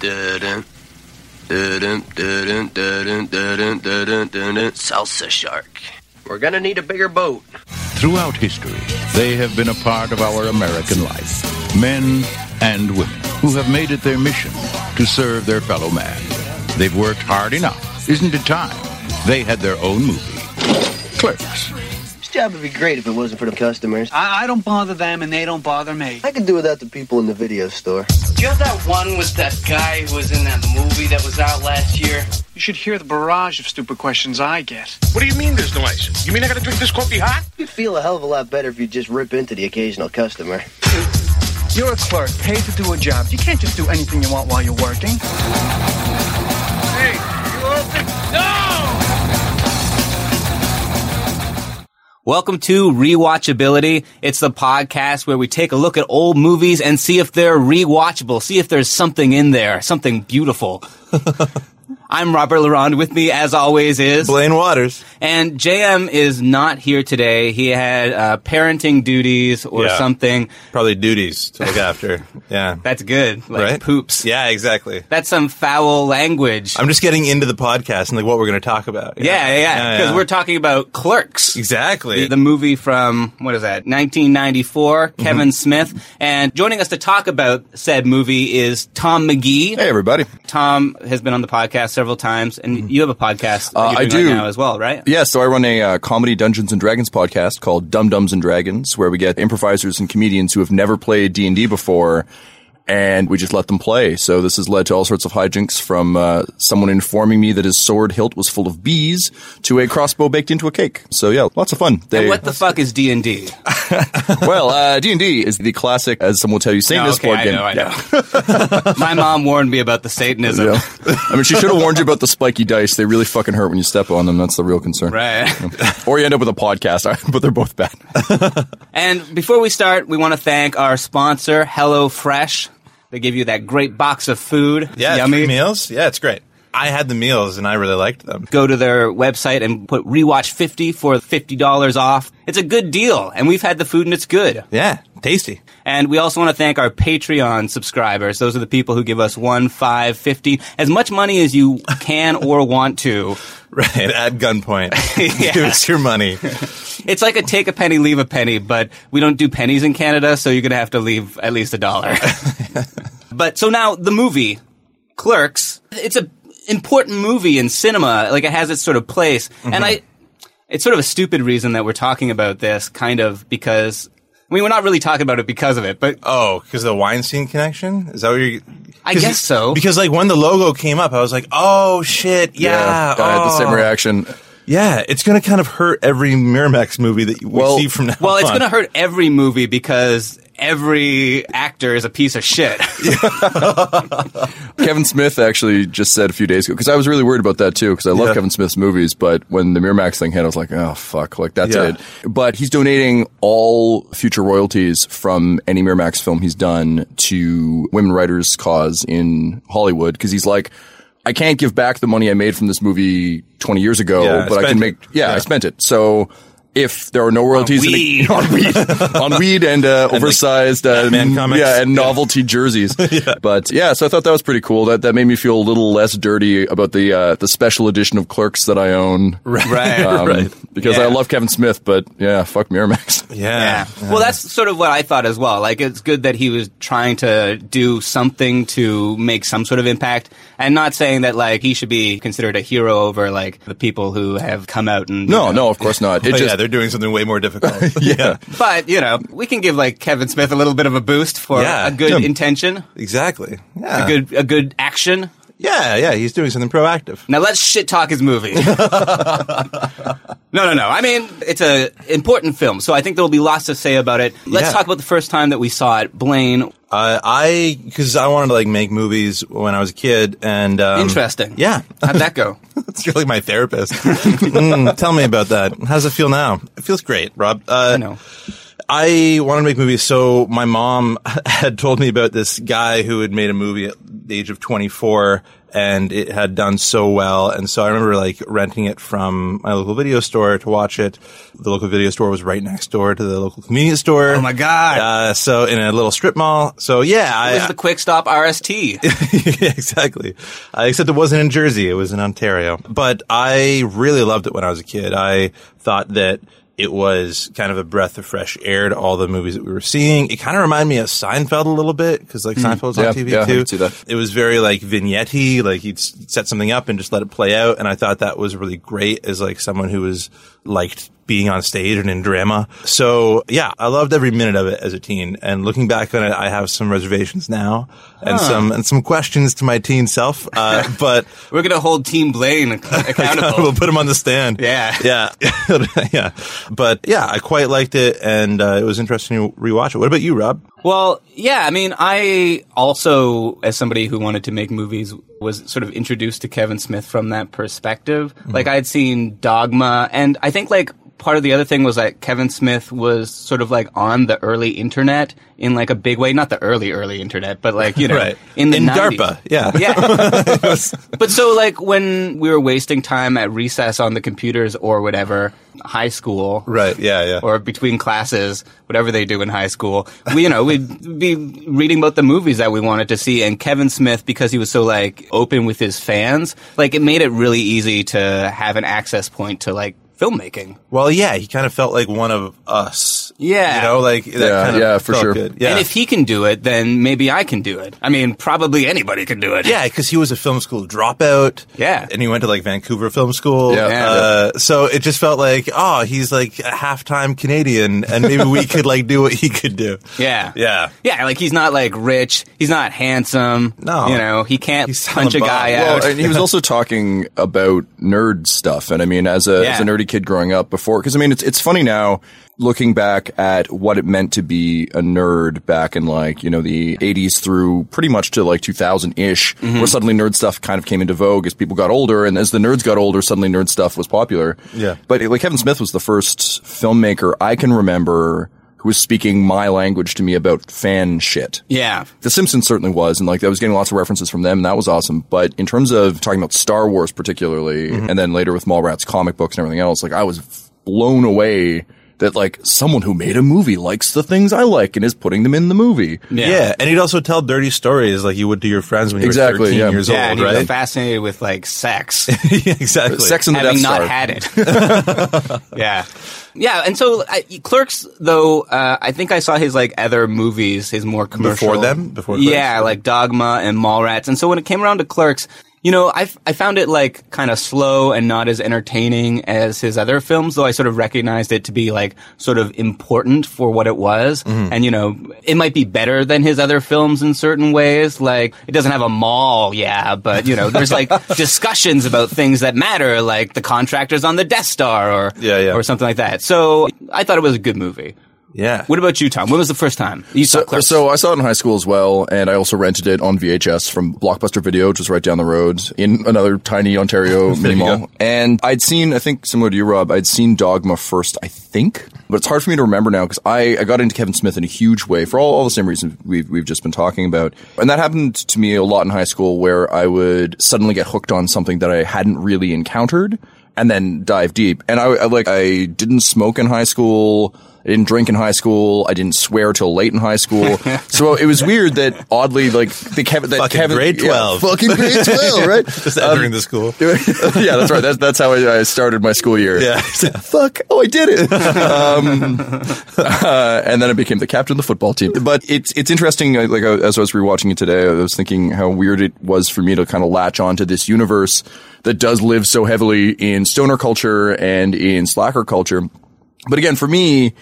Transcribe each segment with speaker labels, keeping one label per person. Speaker 1: Dun-dun. Dun-dun, dun-dun, dun-dun, dun-dun, dun-dun, dun-dun. Salsa shark. We're gonna need a bigger boat.
Speaker 2: Throughout history, they have been a part of our American life. Men and women who have made it their mission to serve their fellow man. They've worked hard enough. Isn't it time? They had their own movie. Clerks.
Speaker 1: This job would be great if it wasn't for the customers.
Speaker 3: I, I don't bother them and they don't bother me.
Speaker 1: I could do without the people in the video store.
Speaker 4: Do you have that one with that guy who was in that movie that was out last year?
Speaker 3: You should hear the barrage of stupid questions I get.
Speaker 5: What do you mean there's no ice? You mean I gotta drink this coffee hot?
Speaker 1: You'd feel a hell of a lot better if you just rip into the occasional customer.
Speaker 3: You're a clerk, paid to do a job. You can't just do anything you want while you're working.
Speaker 5: Hey, you open? No!
Speaker 6: Welcome to Rewatchability. It's the podcast where we take a look at old movies and see if they're rewatchable, see if there's something in there, something beautiful. I'm Robert Laurent. With me, as always, is
Speaker 7: Blaine Waters.
Speaker 6: and JM is not here today. He had uh, parenting duties or
Speaker 7: Yeah.
Speaker 6: something.
Speaker 7: Probably duties to look after. Yeah.
Speaker 6: That's good, like
Speaker 7: right?
Speaker 6: poops.
Speaker 7: Yeah, exactly.
Speaker 6: that's some foul language.
Speaker 7: I'm just getting into the podcast and like what we're going to talk about.
Speaker 6: yeah, yeah, yeah. Because we're talking about Clerks.
Speaker 7: Exactly.
Speaker 6: The, the movie from, what is that, 1994,
Speaker 8: Mm-hmm.
Speaker 6: Kevin Smith. And joining us to talk about said movie is Tom McGee.
Speaker 8: Hey everybody!
Speaker 6: Tom has been on the podcast several times, and you have a podcast that
Speaker 8: Uh,
Speaker 6: you're
Speaker 8: I
Speaker 6: doing right
Speaker 8: do.
Speaker 6: now as well, right?
Speaker 8: Yeah, so I run a uh, comedy Dungeons and Dragons podcast called Dum Dums and Dragons, where we get improvisers and comedians who have never played D and D before, and we just let them play. So this has led to all sorts of hijinks, from uh, someone informing me that his sword hilt was full of bees to a crossbow baked into a cake. So yeah, lots of fun.
Speaker 6: And
Speaker 8: They,
Speaker 6: what the fuck is D and D?
Speaker 8: well, uh, D and D is the classic, as some will tell you, Satanist
Speaker 6: okay,
Speaker 8: board
Speaker 6: I
Speaker 8: game.
Speaker 6: know, I know. My mom warned me about the Satanism.
Speaker 8: Yeah. I mean, she should have warned you about the spiky dice. They really fucking hurt when you step on them. That's the real concern.
Speaker 6: Right.
Speaker 8: Or you end up with a podcast, but they're both bad.
Speaker 6: And before we start, we want to thank our sponsor, HelloFresh. They give you that great box of food. It's
Speaker 7: yeah,
Speaker 6: yummy.
Speaker 7: three meals. Yeah, it's great. I had the meals and I really liked them.
Speaker 6: Go to their website and put rewatch fifty for fifty dollars off. It's a good deal, and we've had the food and it's good.
Speaker 7: Yeah, tasty.
Speaker 6: And we also want to thank our Patreon subscribers. Those are the people who give us one, five, fifty, as much money as you can or want to.
Speaker 7: Right at gunpoint.
Speaker 6: Yeah.
Speaker 7: Give us your money.
Speaker 6: It's like a take a penny, leave a penny, but we don't do pennies in Canada, so you're gonna have to leave at least a dollar. but so now the movie, Clerks, it's a important movie in cinema. Like it has its sort of place,
Speaker 7: Mm-hmm.
Speaker 6: and I, it's sort of a stupid reason that we're talking about this, kind of because. I mean, we're not really talking about it because of it, but
Speaker 7: Oh, because the Weinstein connection? Is that what you're.
Speaker 6: I
Speaker 7: 'cause-
Speaker 6: guess so.
Speaker 7: Because like when the logo came up, I was like, oh shit, yeah.
Speaker 8: I had the same
Speaker 7: oh.
Speaker 8: reaction.
Speaker 7: Yeah, it's going to kind of hurt every Miramax movie that we
Speaker 8: Well-
Speaker 7: see from now
Speaker 6: Well, it's
Speaker 7: on.
Speaker 6: going to hurt every movie because every actor is a piece of shit.
Speaker 8: Kevin Smith actually just said a few days ago because I was really worried about that too because I love
Speaker 7: Yeah.
Speaker 8: Kevin Smith's movies, but when the Miramax thing hit, I was like, oh fuck, like that's
Speaker 7: Yeah.
Speaker 8: it. But he's donating all future royalties from any Miramax film he's done to women writers' cause in Hollywood because he's like. I can't give back the money I made from this movie 20 years ago,
Speaker 7: Yeah, I
Speaker 8: but I
Speaker 7: spent
Speaker 8: can make,
Speaker 7: it.
Speaker 8: yeah,
Speaker 7: Yeah.
Speaker 8: I spent it. So if there are no royalties in the- on weed, on weed and uh, oversized uh,
Speaker 7: Batman
Speaker 8: n-
Speaker 7: comics.
Speaker 8: yeah, and novelty jerseys. But yeah, so I thought that was pretty cool. That that made me feel a little less dirty about the uh, the special edition of Clerks that I own.
Speaker 6: Right.
Speaker 8: Um,
Speaker 7: Right.
Speaker 8: Because I
Speaker 6: Yeah.
Speaker 8: love Kevin Smith, but yeah, fuck Miramax.
Speaker 7: Yeah.
Speaker 6: Well, that's sort of what I thought as well. Like, it's good that he was trying to do something to make some sort of impact, and not saying that like he should be considered a hero over like the people who have come out and you
Speaker 8: No,
Speaker 6: know.
Speaker 8: no, of course not. It
Speaker 7: But
Speaker 8: just
Speaker 7: yeah, they're doing something way more difficult. yeah.
Speaker 6: But you know, we can give like Kevin Smith a little bit of a boost for
Speaker 7: Yeah.
Speaker 6: a good
Speaker 7: Yeah.
Speaker 6: intention,
Speaker 7: Exactly. Yeah.
Speaker 6: a good a good action.
Speaker 7: yeah, yeah. He's doing something proactive.
Speaker 6: Now let's shit talk his movie. no, no, no. I mean, it's a important film, so I think there will be lots to say about it. Let's
Speaker 7: Yeah.
Speaker 6: talk about the first time that we saw it. Blaine,
Speaker 7: Uh, I because I wanted to like make movies when I was a kid, and um,
Speaker 6: Interesting.
Speaker 7: Yeah,
Speaker 6: how'd that go?
Speaker 7: it's really my therapist. Mm, tell me about that. How does it feel now? It feels great, Rob. Uh,
Speaker 6: I know.
Speaker 7: I wanted to make movies, so my mom had told me about this guy who had made a movie at the age of 24 and it had done so well. And so I remember like renting it from my local video store to watch it. The local video store was right next door to the local convenience store. Oh
Speaker 6: my God.
Speaker 7: Uh, so in a little strip mall. So yeah,
Speaker 6: It
Speaker 7: I,
Speaker 6: was the Quick Stop RST.
Speaker 7: yeah, exactly. Uh, except it wasn't in Jersey; it was in Ontario. But I really loved it when I was a kid. I thought that it was kind of a breath of fresh air to all the movies that we were seeing. It kind of reminded me of Seinfeld a little bit because like Seinfeld was
Speaker 8: Hmm. Yeah,
Speaker 7: on TV
Speaker 8: yeah, I
Speaker 7: too.
Speaker 8: could see that.
Speaker 7: It was very like vignette-y, like you'd s- set something up and just let it play out. And I thought that was really great as like someone who was liked being on stage and in drama. So yeah, I loved every minute of it as a teen. And looking back on it, I have some reservations now and some, and some questions to my teen self. Uh, but
Speaker 6: We're gonna hold Team Blaine ac-
Speaker 7: we'll
Speaker 6: accountable.
Speaker 7: put him on the stand.
Speaker 6: Yeah.
Speaker 7: Yeah. yeah. But yeah, I quite liked it and uh, it was interesting to rewatch it. What about you, Rob?
Speaker 6: well, yeah. I mean, I also, as somebody who wanted to make movies, was sort of introduced to Kevin Smith from that perspective. Like I had seen Dogma, and I think like part of the other thing was that Kevin Smith was sort of like on the early internet in like a big way. Not the early early internet, but like you know,
Speaker 7: Right.
Speaker 6: in the
Speaker 7: In
Speaker 6: 90s.
Speaker 7: DARPA, yeah.
Speaker 6: yeah.
Speaker 7: It was-
Speaker 6: But so, like, when we were wasting time at recess on the computers or whatever, high school.
Speaker 7: right. Yeah. Yeah.
Speaker 6: Or between classes, whatever they do in high school, we, you know, we'd be reading about the movies that we wanted to see. And Kevin Smith, because he was so like open with his fans, like it made it really easy to have an access point to like filmmaking.
Speaker 7: Well, yeah, he kind of felt like one of us.
Speaker 6: Yeah.
Speaker 7: you know, like that
Speaker 8: Yeah,
Speaker 7: kind of
Speaker 8: yeah, for
Speaker 7: felt
Speaker 8: sure.
Speaker 7: good. Yeah,
Speaker 6: And if he can do it, then maybe I can do it. I mean, probably anybody can do it.
Speaker 7: yeah, because he was a film school dropout.
Speaker 6: Yeah.
Speaker 7: and he went to like Vancouver Film School.
Speaker 8: Yeah. Yeah.
Speaker 7: uh, so it just felt like, oh, he's like a half-time Canadian, and maybe we could like do what he could do.
Speaker 6: Yeah.
Speaker 7: Yeah.
Speaker 6: Yeah, like he's not like rich. He's not handsome.
Speaker 7: No.
Speaker 6: You know, he can't
Speaker 7: He's
Speaker 6: punch a
Speaker 7: selling
Speaker 6: guy
Speaker 7: bombs.
Speaker 6: out.
Speaker 8: Well, and he was also talking about nerd stuff, and I mean, as a as a
Speaker 6: Yeah.
Speaker 8: nerdy kid growing up before, because I mean, it's it's funny now looking back at what it meant to be a nerd back in like you know the 80s through pretty much to like 2000 ish, where suddenly nerd stuff kind of came into vogue as people got older, and as the nerds got older, suddenly nerd stuff was popular.
Speaker 7: Yeah.
Speaker 8: but like Kevin Smith was the first filmmaker I can remember who was speaking my language to me about fan shit.
Speaker 6: yeah.
Speaker 8: The Simpsons certainly was, and like I was getting lots of references from them, and that was awesome. But in terms of talking about Star Wars particularly, and then later with Mallrats comic books and everything else, like I was blown away that like someone who made a movie likes the things I like and is putting them in the movie.
Speaker 7: Yeah. and he'd also tell dirty stories like you would to your friends when you
Speaker 8: Exactly,
Speaker 7: were 13
Speaker 8: yeah.
Speaker 7: years
Speaker 6: Yeah,
Speaker 7: old,
Speaker 6: and he was
Speaker 7: right?
Speaker 6: fascinated with like sex,
Speaker 7: yeah, exactly.
Speaker 8: Sex and the
Speaker 6: having
Speaker 8: Death
Speaker 6: not
Speaker 8: Star.
Speaker 6: had it. yeah, yeah, and so uh, Clerks, though, uh, I think I saw his like other movies, his more commercial
Speaker 7: Before them? Before Clerks?
Speaker 6: yeah, like Dogma and Mallrats, and so when it came around to Clerks, you know, I, f- I found it like kind of slow and not as entertaining as his other films, though I sort of recognized it to be like sort of important for what it was, and you know, it might be better than his other films in certain ways. Like it doesn't have a mall, yeah, but you know, there's like discussions about things that matter, like the contractors on the Death Star or
Speaker 7: Yeah, yeah.
Speaker 6: or something like that. So I thought it was a good movie.
Speaker 7: yeah.
Speaker 6: What about you, Tom? When was the first time you saw
Speaker 8: So,
Speaker 6: Clerks?
Speaker 8: so I saw it in high school as well, and I also rented it on VHS from Blockbuster Video, which is right down the road in another tiny Ontario mini mall. And I'd seen, I think, similar to you, Rob, I'd seen Dogma first, I think, but it's hard for me to remember now because I, I got into Kevin Smith in a huge way for all, all the same reasons we've, we've just been talking about. And that happened to me a lot in high school where I would suddenly get hooked on something that I hadn't really encountered. and then dive deep. And I, I like I didn't smoke in high school. I didn't drink in high school. I din't swear till late in high school. so it was weird that oddly, like the Kevin, that
Speaker 7: Fucking
Speaker 8: Kevin,
Speaker 7: grade
Speaker 8: yeah,
Speaker 7: 12.
Speaker 8: fucking grade twelve, right? Um,
Speaker 7: Just entering the school.
Speaker 8: yeah, that's right. That's that's how I, I started my school year.
Speaker 7: Yeah.
Speaker 8: Fuck. Oh, I did it. um, uh, and then I became the captain of the football team. But it's it's interesting. uh, Like uh, as I was rewatching it today, I was thinking how weird it was for me to kind of latch onto this universe that does live so heavily in stoner culture and in slacker culture. But again, for me,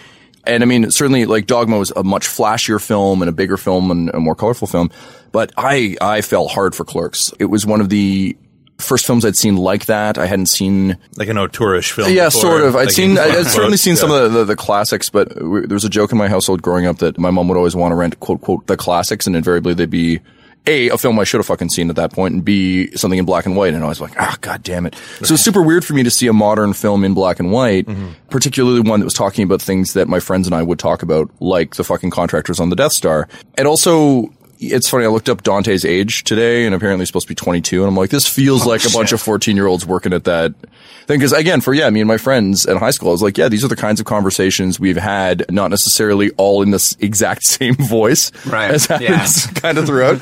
Speaker 8: and I mean, certainly like Dogma was a much flashier film and a bigger film and a more colorful film. But I, I fell hard for Clerks. It was one of the first films I'd seen like that. I hadn't seen
Speaker 7: Like an auteurish film.
Speaker 8: yeah,
Speaker 7: before,
Speaker 8: sort of. I'd
Speaker 7: like,
Speaker 8: seen, I'd I'd certainly seen
Speaker 7: yeah.
Speaker 8: some of the, the, the classics, but we, there was a joke in my household growing up that my mom would always want to rent quote quote the classics, and invariably they'd be a a film I should have fucking seen at that point, and b something in black and white, and I was like, ah, god damn it. So it's super weird for me to see a modern film in black and white, particularly one that was talking about things that my friends and I would talk about, like the fucking contractors on the Death Star, and also. It's funny. I looked up Dante's age today, and apparently he's supposed to be 22. And I'm like, this
Speaker 6: Oh,
Speaker 8: feels like a bunch of 14 year olds working at that thing. Because again, for yeah, me and my friends in high school, I was like, yeah, these are the kinds of conversations we've had, not necessarily all in this exact same voice,
Speaker 6: Right.
Speaker 8: As
Speaker 6: Yeah.
Speaker 8: happens kind of throughout.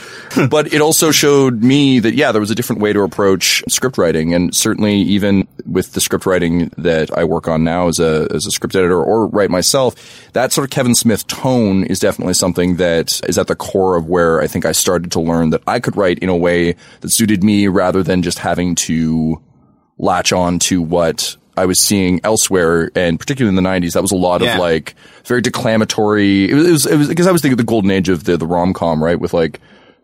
Speaker 8: but it also showed me that yeah, there was a different way to approach script writing, and certainly even with the script writing that I work on now as a as a script editor or write myself, that sort of Kevin Smith tone is definitely something that is at the core of where I think I started to learn that I could write in a way that suited me rather than just having to latch on to what I was seeing elsewhere, and particularly in the '90s, that was a lot
Speaker 6: Yeah.
Speaker 8: of like very declamatory. It was, it was, it was because I was thinking of the golden age of the the rom com, right? With like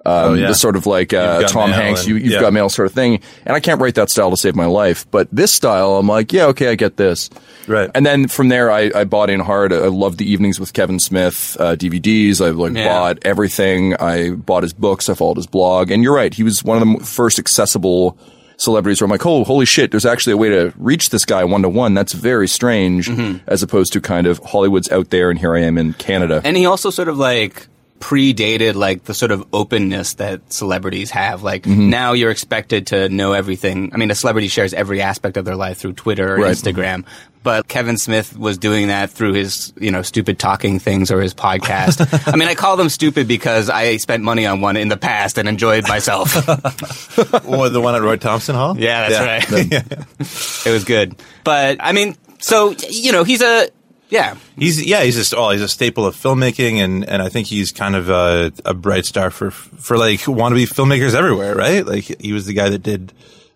Speaker 8: um,
Speaker 7: Oh, yeah.
Speaker 8: the sort of like uh,
Speaker 7: Got
Speaker 8: Tom
Speaker 7: Mail
Speaker 8: Hanks,
Speaker 7: and-
Speaker 8: you, you've
Speaker 7: yeah.
Speaker 8: got mail sort of thing. And I can't write that style to save my life, but this style, I'm like, yeah, okay, I get this.
Speaker 7: Right.
Speaker 8: And then from there, I, I bought in hard. I love the evenings with Kevin Smith uh, DVDs. I've like
Speaker 6: Yeah.
Speaker 8: bought everything. I bought his books. I followed his blog. And you're right. He was one of the m- first accessible celebrities where I'm like, oh, holy shit, there's actually a way to reach this guy one to one. That's very strange
Speaker 6: Mm-hmm.
Speaker 8: as opposed to kind of Hollywood's out there and here I am in Canada.
Speaker 6: And he also sort of like predated like the sort of openness that celebrities have. Like now you're expected to know everything. I mean, a celebrity shares every aspect of their life through Twitter or
Speaker 8: Right.
Speaker 6: Instagram. But Kevin Smith was doing that through his, you know, stupid talking things or his podcast. I mean, I call them stupid because I spent money on one in the past and enjoyed myself.
Speaker 7: Or the one at Roy Thompson Hall?
Speaker 6: Yeah, that's right. it was good. But I mean, so, y- you know, he's a, yeah,
Speaker 7: He's yeah, he's just all he's a staple of filmmaking, and and I think he's kind of a, a bright star for for like wannabe filmmakers everywhere, right? Like he was the guy that did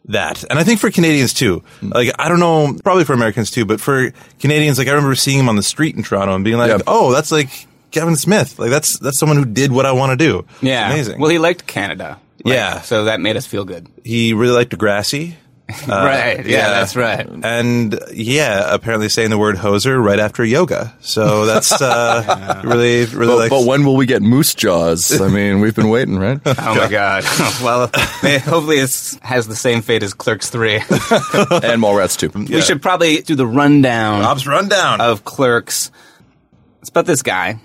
Speaker 7: that, and I think for Canadians too. Like I don't know, probably for Americans too, but for Canadians, like I remember seeing him on the street in Toronto and being like,
Speaker 8: Yeah.
Speaker 7: oh, that's like Kevin Smith, like that's that's someone who did what I want to do. It's
Speaker 6: yeah.
Speaker 7: amazing.
Speaker 6: Well, he liked Canada. Like,
Speaker 7: Yeah.
Speaker 6: So that made us feel good.
Speaker 7: he really liked Degrassi. Uh,
Speaker 6: right. Yeah, that's right.
Speaker 7: And yeah, apparently saying the word hoser right after yoga. So that's uh, really, really
Speaker 8: But,
Speaker 7: like.
Speaker 8: but when will we get moose jaws? I mean, we've been waiting, right?
Speaker 6: Oh my god. well, may- hopefully it has the same fate as Clerks 3.
Speaker 8: and Mallrats too.
Speaker 6: We should probably do the rundown
Speaker 7: Bob's rundown.
Speaker 6: of Clerks. It's about this guy.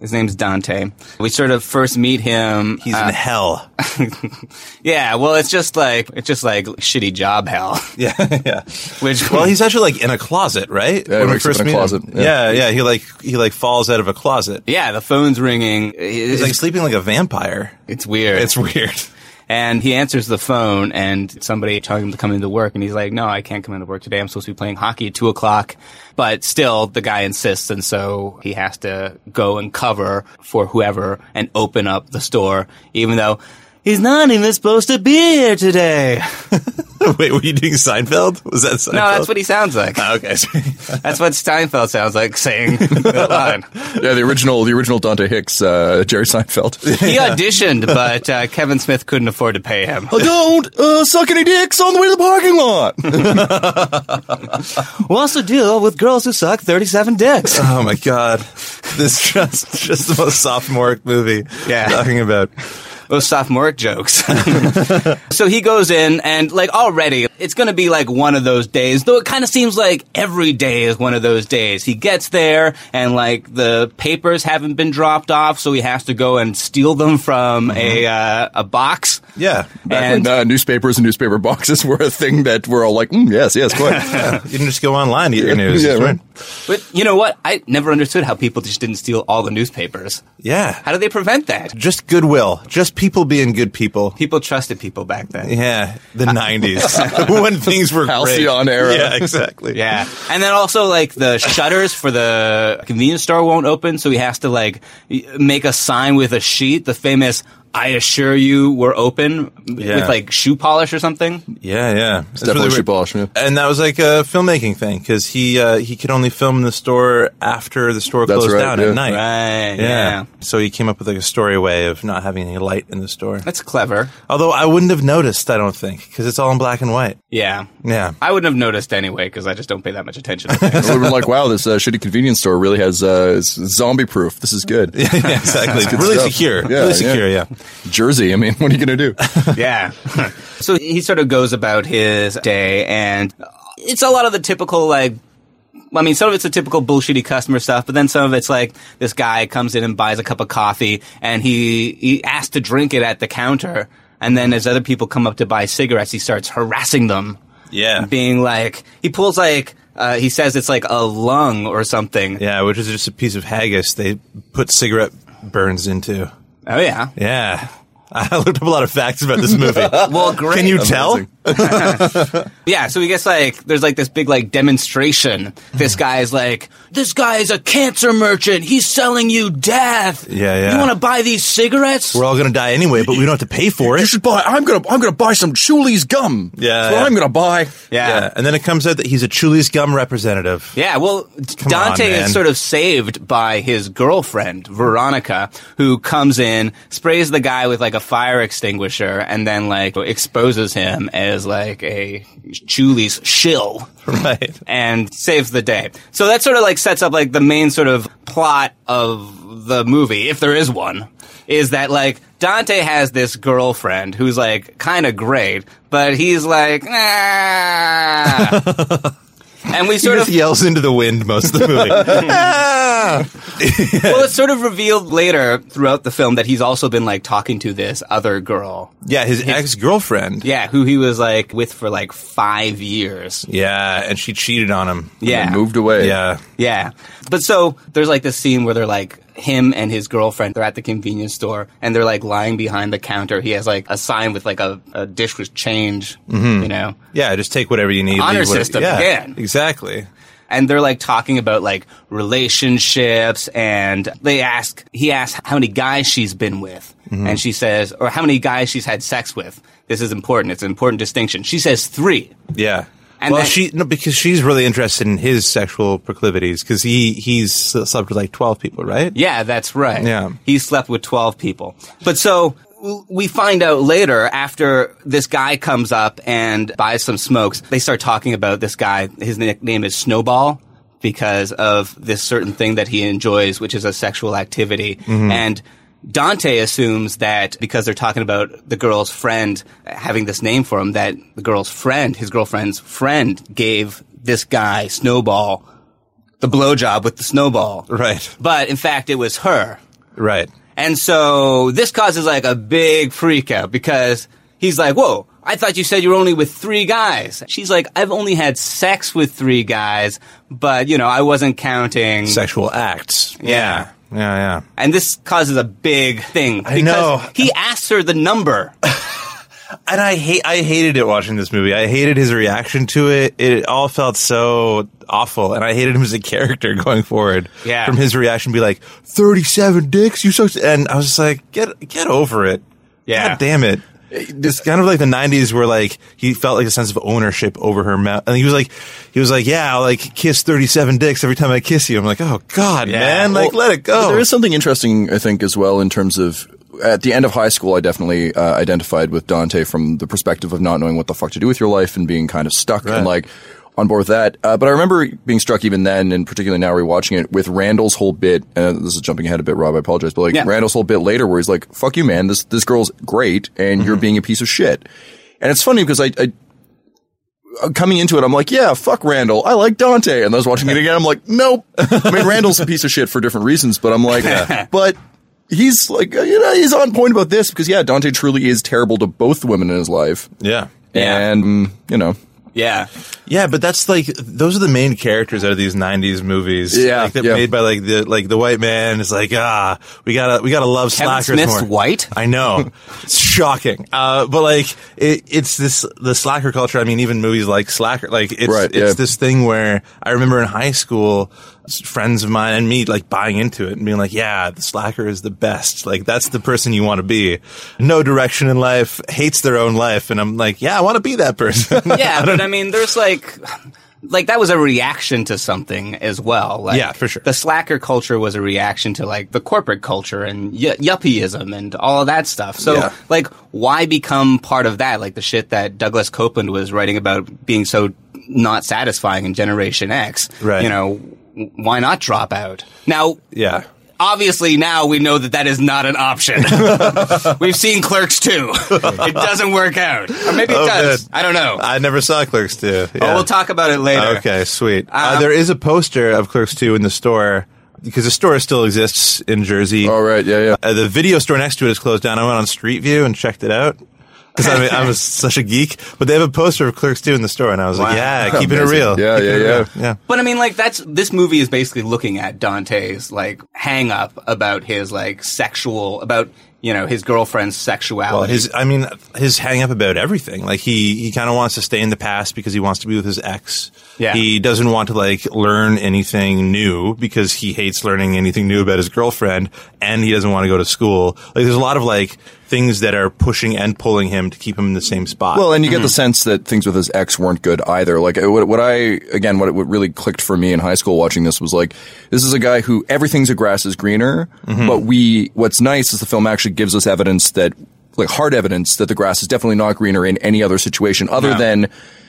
Speaker 6: His name's Dante. We sort of first meet him.
Speaker 7: He's
Speaker 8: Ah.
Speaker 6: uh,
Speaker 7: in hell.
Speaker 6: yeah. Well, it's just like it's just like shitty job hell.
Speaker 7: Yeah, yeah.
Speaker 6: Which
Speaker 7: Well, he's actually like in a closet, right?
Speaker 8: Yeah, he wakes up in a
Speaker 7: him.
Speaker 8: closet,
Speaker 7: Yeah.
Speaker 8: yeah.
Speaker 7: yeah, He like he like falls out of a closet.
Speaker 6: yeah, the phone's ringing. It's,
Speaker 7: He's like sleeping like a vampire.
Speaker 6: it's weird.
Speaker 7: It's weird.
Speaker 6: And he answers the phone, and somebody telling him to come into work, and he's like, "No, I can't come into work today. I'm supposed to be playing hockey at two o'clock." But still, the guy insists, and so he has to go and cover for whoever and open up the store, even though he's not even supposed to be here today.
Speaker 7: Wait, were you doing Seinfeld? Was that Seinfeld?
Speaker 6: No, that's what he sounds like.
Speaker 8: Uh,
Speaker 7: Ah, okay.
Speaker 6: That's what Steinfeld sounds like saying. that line.
Speaker 8: Yeah, the original, the original Dante Hicks, uh, Jerry Seinfeld.
Speaker 6: He auditioned, but uh, Kevin Smith couldn't afford to pay him.
Speaker 8: Don't uh, suck any dicks on the way to the parking lot.
Speaker 6: Wants to deal with girls who suck thirty-seven dicks.
Speaker 7: oh my god, this just just the most sophomoric movie.
Speaker 6: Yeah.
Speaker 7: talking about.
Speaker 6: those sophomoric jokes. so he goes in, and like already, it's going to be like one of those days. Though it kind of seems like every day is one of those days. He gets there, and like the papers haven't been dropped off, so he has to go and steal them from a uh, a box.
Speaker 7: Yeah.
Speaker 8: Back
Speaker 6: and
Speaker 8: when uh, newspapers and newspaper boxes were a thing that we're all like, mm, yes, yes, quite.
Speaker 7: You can just go online to get your news.
Speaker 8: Yeah,
Speaker 7: That's
Speaker 8: right.
Speaker 6: but you know what? I never understood how people just didn't steal all the newspapers.
Speaker 7: Yeah.
Speaker 6: How do they prevent that?
Speaker 7: Just goodwill. Just people being good people.
Speaker 6: People trusted people back then.
Speaker 7: Yeah, the '90s when things were
Speaker 8: Halcyon
Speaker 7: great.
Speaker 8: era.
Speaker 7: Yeah, exactly.
Speaker 6: Yeah. And then also like the shutters for the convenience store won't open, so he has to like y- make a sign with a sheet, the famous I assure you we're open with
Speaker 7: Yeah.
Speaker 6: like shoe polish or something.
Speaker 7: yeah, yeah. It's
Speaker 8: definitely
Speaker 7: weird.
Speaker 8: Shibosh, yeah.
Speaker 7: And that was like a filmmaking thing because he uh, he could only film in the store after the store
Speaker 8: That's
Speaker 7: closed
Speaker 8: right,
Speaker 7: down
Speaker 8: yeah.
Speaker 7: at night.
Speaker 6: Right. Yeah.
Speaker 7: Yeah. So he came up with like a story way of not having any light in the store.
Speaker 6: That's clever.
Speaker 7: Although I wouldn't have noticed, I don't think, because it's all in black and white.
Speaker 6: Yeah.
Speaker 7: Yeah.
Speaker 6: I wouldn't have noticed anyway because I just don't pay that much attention. to
Speaker 8: I
Speaker 6: things.
Speaker 8: would have been like, wow, this uh, shitty convenience store really has uh, zombie proof. This is good.
Speaker 7: yeah, exactly. really
Speaker 8: stuff.
Speaker 7: secure.
Speaker 8: Yeah,
Speaker 7: really
Speaker 8: yeah.
Speaker 7: secure, yeah.
Speaker 8: Jersey, I mean, what are you going to do?
Speaker 6: yeah. so he sort of goes about his day and it's a lot of the typical like I mean, some of it's the typical bullshitty customer stuff, but then some of it's like this guy comes in and buys a cup of coffee and he, he asks to drink it at the counter. And then as other people come up to buy cigarettes, he starts harassing them.
Speaker 7: Yeah.
Speaker 6: Being like, he pulls like, uh, he says it's like a lung or something.
Speaker 7: Yeah, which is just a piece of haggis they put cigarette burns into.
Speaker 6: Oh, yeah.
Speaker 7: Yeah. I looked up a lot of facts about this movie.
Speaker 6: Well, great.
Speaker 7: Can you tell?
Speaker 6: Yeah, so he gets like there's like this big like demonstration. This
Speaker 7: Hmm.
Speaker 6: guy's like, this guy is a cancer merchant. He's selling you death.
Speaker 7: Yeah, yeah.
Speaker 6: You want to buy these cigarettes?
Speaker 7: We're all going to die anyway, but we don't have to pay for
Speaker 8: You
Speaker 7: it.
Speaker 8: should buy. I'm going to I'm gonna buy some Chuli's gum.
Speaker 7: Yeah,
Speaker 8: That's what
Speaker 7: yeah.
Speaker 8: I'm going to buy.
Speaker 6: yeah. yeah.
Speaker 7: And then it comes out that he's a Chulis Gum representative.
Speaker 6: well, Dante
Speaker 7: on,
Speaker 6: is
Speaker 7: man.
Speaker 6: sort of saved by his girlfriend, Veronica, who comes in, sprays the guy with like a fire extinguisher, and then like exposes him as like a Chuli's shill.
Speaker 7: Right.
Speaker 6: and saves the day. So that sort of like sets up like the main sort of plot of the movie, if there is one, is that like Dante has this girlfriend who's like kind of great, but he's like, ah. and we
Speaker 7: He
Speaker 6: sort
Speaker 7: just
Speaker 6: of
Speaker 7: yells into the wind most of the movie. Ah!
Speaker 6: well, it's sort of revealed later throughout the film that he's also been like talking to this other girl,
Speaker 7: Yeah, his ex girlfriend.
Speaker 6: yeah, who he was like with for like five years,
Speaker 7: Yeah, and she cheated on him.
Speaker 6: yeah,
Speaker 8: Moved away.
Speaker 7: Yeah.
Speaker 6: Yeah. But so there's like this scene where they're like him and his girlfriend, they're at the convenience store and they're like lying behind the counter. He has like a sign with like a, a dish with change, you know,
Speaker 7: Yeah, just take whatever you need.
Speaker 6: Honor
Speaker 7: leave what-
Speaker 6: system
Speaker 7: yeah,
Speaker 6: again.
Speaker 7: Exactly.
Speaker 6: and they're like talking about like relationships and they ask, he asks how many guys she's been with and she says, or how many guys she's had sex with. This is important. It's an important distinction. She says three.
Speaker 7: Yeah.
Speaker 6: And
Speaker 7: well,
Speaker 6: then-
Speaker 7: she no because she's really interested in his sexual proclivities because he he's slept with like twelve people, right?
Speaker 6: Yeah, that's right.
Speaker 7: Yeah.
Speaker 6: He slept with 12 people. But so w- we find out later after this guy comes up and buys some smokes, they start talking about this guy. His nickname is Snowball because of this certain thing that he enjoys, which is a sexual activity. And Dante assumes that because they're talking about the girl's friend having this name for him, that the girl's friend, his girlfriend's friend, gave this guy, Snowball, the blowjob with the snowball.
Speaker 7: Right.
Speaker 6: But in fact, it was her.
Speaker 7: Right.
Speaker 6: And so this causes like a big freak out because he's like, whoa, I thought you said you were only with three guys. She's like, I've only had sex with three guys, but you know, I wasn't counting.
Speaker 7: Sexual acts.
Speaker 6: Yeah.
Speaker 7: Yeah. Yeah.
Speaker 6: And this causes a big thing because
Speaker 7: know.
Speaker 6: he asks her the number.
Speaker 7: And I hate I hated it watching this movie. I hated his reaction to it. It all felt so awful, and I hated him as a character going forward.
Speaker 6: Yeah.
Speaker 7: From his reaction, be like thirty seven dicks. You so and I was just like, get get over it.
Speaker 6: Yeah.
Speaker 7: God damn it. It's kind of like the '90s, where like he felt like a sense of ownership over her mouth, and he was like, he was like, "Yeah, I'll like kiss 37 dicks every time I kiss you." I'm like, "Oh God, man, like
Speaker 8: Well,
Speaker 7: let it
Speaker 8: but
Speaker 7: go."
Speaker 8: There is something interesting, I think, as well in terms of at the end of high school, I definitely uh, identified with Dante from the perspective of not knowing what the fuck to do with your life and being kind of stuck and like. on board with that. Uh, but I remember being struck even then, and particularly now rewatching it with Randall's whole bit. And this is jumping ahead a bit, Rob. I apologize, but like
Speaker 6: Yeah.
Speaker 8: Randall's whole bit later, where he's like, "Fuck you, man. This this girl's great, and you're being a piece of shit." And it's funny because I, I uh, coming into it, I'm like, yeah, fuck Randall. I like Dante. And I was watching it again. I'm like, nope. I mean, Randall's a piece of shit for different reasons, but I'm like, but he's like, uh, you know, he's on point about this because yeah, Dante truly is terrible to both women in his life.
Speaker 7: Yeah.
Speaker 8: And, mm, you know,
Speaker 6: Yeah.
Speaker 7: Yeah, but that's like those are the main characters out of these '90s movies.
Speaker 8: Yeah,
Speaker 7: like, they're
Speaker 8: yeah.
Speaker 7: made by like the like the white man is like ah, we gotta we gotta love
Speaker 6: Kevin
Speaker 7: slackers
Speaker 6: Smith's
Speaker 7: more.
Speaker 6: white?
Speaker 7: I know, it's shocking. Uh, but like it, it's this the slacker culture. I mean, even movies like Slacker, like it's
Speaker 8: Right,
Speaker 7: it's
Speaker 8: yeah.
Speaker 7: this thing where I remember in high school. s- Friends of mine and me like buying into it and being like, yeah, the slacker is the best. Like that's the person you want to be. No direction in life, hates their own life, and I'm like, yeah, I want to be that person.
Speaker 6: Yeah, but I mean, there's like, like that was a reaction to something as well. Like,
Speaker 7: Yeah, for sure.
Speaker 6: The slacker culture was a reaction to like the corporate culture and y- yuppieism and all of that stuff. So,
Speaker 8: Yeah.
Speaker 6: like, why become part of that? Like the shit that Douglas Copeland was writing about being so not satisfying in Generation X.
Speaker 7: Right.
Speaker 6: You know, w- why not drop out? Now,
Speaker 7: yeah.
Speaker 6: obviously now we know that that is not an option. We've seen Clerks too. It doesn't work out. Or maybe it
Speaker 7: Oh,
Speaker 6: does.
Speaker 7: good.
Speaker 6: I don't know.
Speaker 7: I never saw Clerks 2.
Speaker 6: Oh,
Speaker 7: Yeah.
Speaker 6: we'll talk about it later.
Speaker 7: Okay, sweet. uh,
Speaker 6: Um,
Speaker 7: there is a poster of Clerks 2 in the store because the store still exists in Jersey.
Speaker 6: Oh,
Speaker 8: all right. Yeah. Yeah.
Speaker 7: Uh, the video store next to it is closed down. I went on Street View and checked it out. Because I, mean, I was such a geek, but they have a poster of Clerks 2 in the store, and I was like, "Yeah, keeping it
Speaker 8: Amazing.
Speaker 7: real."
Speaker 8: Yeah,
Speaker 7: Keeping
Speaker 8: yeah,
Speaker 7: it
Speaker 8: yeah.
Speaker 7: real. yeah.
Speaker 6: But I mean, like, that's, this movie is basically looking at Dante's, like, hang up about his, like, sexual, about, you know, his girlfriend's sexuality.
Speaker 7: Well, his, I mean, his hang up about everything. Like he, he kind of wants to stay in the past because he wants to be with his ex.
Speaker 6: Yeah.
Speaker 7: He doesn't want to like learn anything new because he hates learning anything new about his girlfriend and he doesn't want to go to school. Like there's a lot of like things that are pushing and pulling him to keep him in the same spot. Mm-hmm.
Speaker 8: Well, and you get the sense that things with his ex weren't good either. Like uh, what, what I again, what, what really clicked for me in high school watching this was like, this is a guy who everything's a grass is greener, but we what's nice is the film actually gives us evidence that like hard evidence that the grass is definitely not greener in any other situation other than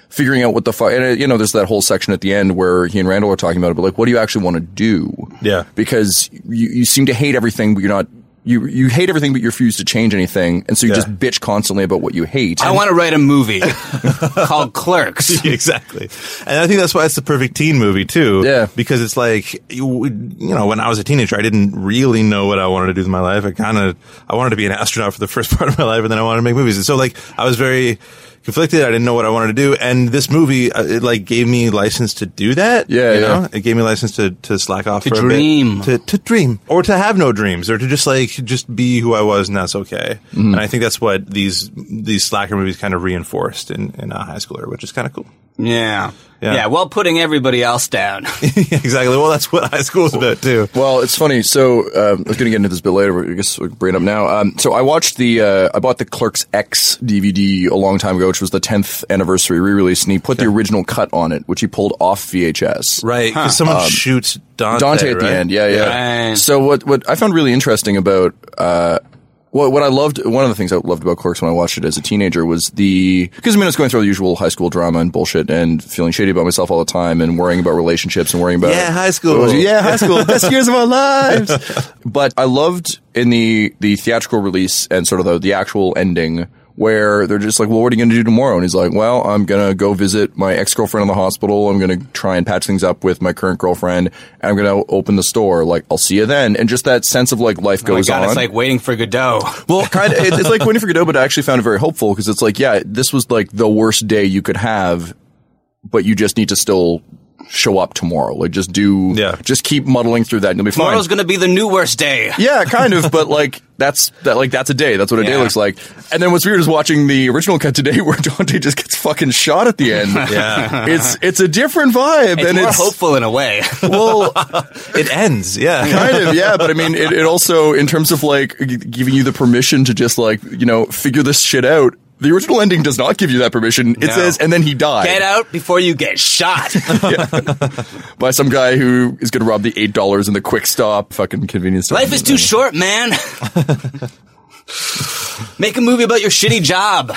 Speaker 8: figuring out what the fuck. And uh, you know, there's that whole section at the end where he and Randall are talking about it, but like, what do you actually want to do?
Speaker 7: Yeah.
Speaker 8: because you, you seem to hate everything, but you're not. You, you hate everything, but you refuse to change anything, and so you
Speaker 7: Yeah.
Speaker 8: just bitch constantly about what you hate.
Speaker 6: I
Speaker 8: And-
Speaker 6: want to write a movie called Clerks.
Speaker 7: exactly. And I think that's why it's the perfect teen movie too.
Speaker 8: Yeah.
Speaker 7: Because it's like, you, you know, when I was a teenager, I didn't really know what I wanted to do with my life. I kind of, I wanted to be an astronaut for the first part of my life and then I wanted to make movies. And so like, I was very conflicted. I didn't know what I wanted to do. And this movie, uh, it like gave me license to do that.
Speaker 8: Yeah,
Speaker 7: You
Speaker 8: yeah.
Speaker 7: know, it gave me license to, to slack off
Speaker 6: To
Speaker 7: for a bit.
Speaker 6: dream.
Speaker 7: to, to dream or to have no dreams or to just like, just be who I was and that's okay.
Speaker 8: Mm-hmm.
Speaker 7: And I think that's what these, these slacker movies kind of reinforced in, in a high schooler, which is kind of cool.
Speaker 6: Yeah.
Speaker 7: Yeah.
Speaker 6: yeah. well, putting everybody else down.
Speaker 7: Yeah, exactly. Well, that's what high school's about too.
Speaker 8: Well, it's funny. So um, I was going to get into this a bit later, but I guess we'll bring it up now. Um, so I watched the, uh, I bought the Clerks X DVD a long time ago, which was the 10th anniversary re-release, and he put the original cut on it, which he pulled off VHS.
Speaker 7: Right, because someone shoots Dante.
Speaker 8: um, Dante at
Speaker 7: right?
Speaker 8: the end, yeah, yeah.
Speaker 6: Right.
Speaker 8: So what what I found really interesting about uh, what what I loved one of the things I loved about Clerks when I watched it as a teenager was the because I mean I was going through the usual high school drama and bullshit and feeling shitty about myself all the time and worrying about relationships and worrying about
Speaker 7: Yeah, high school.
Speaker 8: was it? yeah high school best years of our lives. But I loved in the the theatrical release and sort of the the actual ending. Where they're just like, well, what are you going to do tomorrow? And he's like, well, I'm going to go visit my ex girlfriend in the hospital. I'm going to try and patch things up with my current girlfriend. And I'm going to open the store. Like, I'll see you then. And just that sense of like life
Speaker 6: oh my
Speaker 8: goes
Speaker 6: God,
Speaker 8: on.
Speaker 6: it's like waiting for Godot.
Speaker 8: Well, kind of, it's, it's like Winnie for Godot, but I actually found it very helpful because it's like, yeah, this was like the worst day you could have, but you just need to still show up tomorrow. Like, just do,
Speaker 7: Yeah.
Speaker 8: just keep muddling through that and you'll be fine.
Speaker 6: Tomorrow's going to be the new worst day.
Speaker 8: yeah, kind of, but like that's that like that's a day. That's what a day
Speaker 6: Yeah.
Speaker 8: looks like. And then what's weird is watching the original cut today, where Dante just gets fucking shot at the end.
Speaker 7: Yeah.
Speaker 8: it's it's a different vibe,
Speaker 6: It's
Speaker 8: and
Speaker 6: more
Speaker 8: it's
Speaker 6: hopeful in a way.
Speaker 8: well,
Speaker 7: It ends. Yeah.
Speaker 8: kind of yeah but i mean it, it also in terms of like g- giving you the permission to just like you know figure this shit out the original ending does not give you that permission it
Speaker 6: No.
Speaker 8: says and then he died
Speaker 6: Get out before you get shot.
Speaker 8: by some guy who is going to rob the eight dollars in the quick stop fucking convenience store
Speaker 6: Life is too short, man. Make a movie about your shitty job.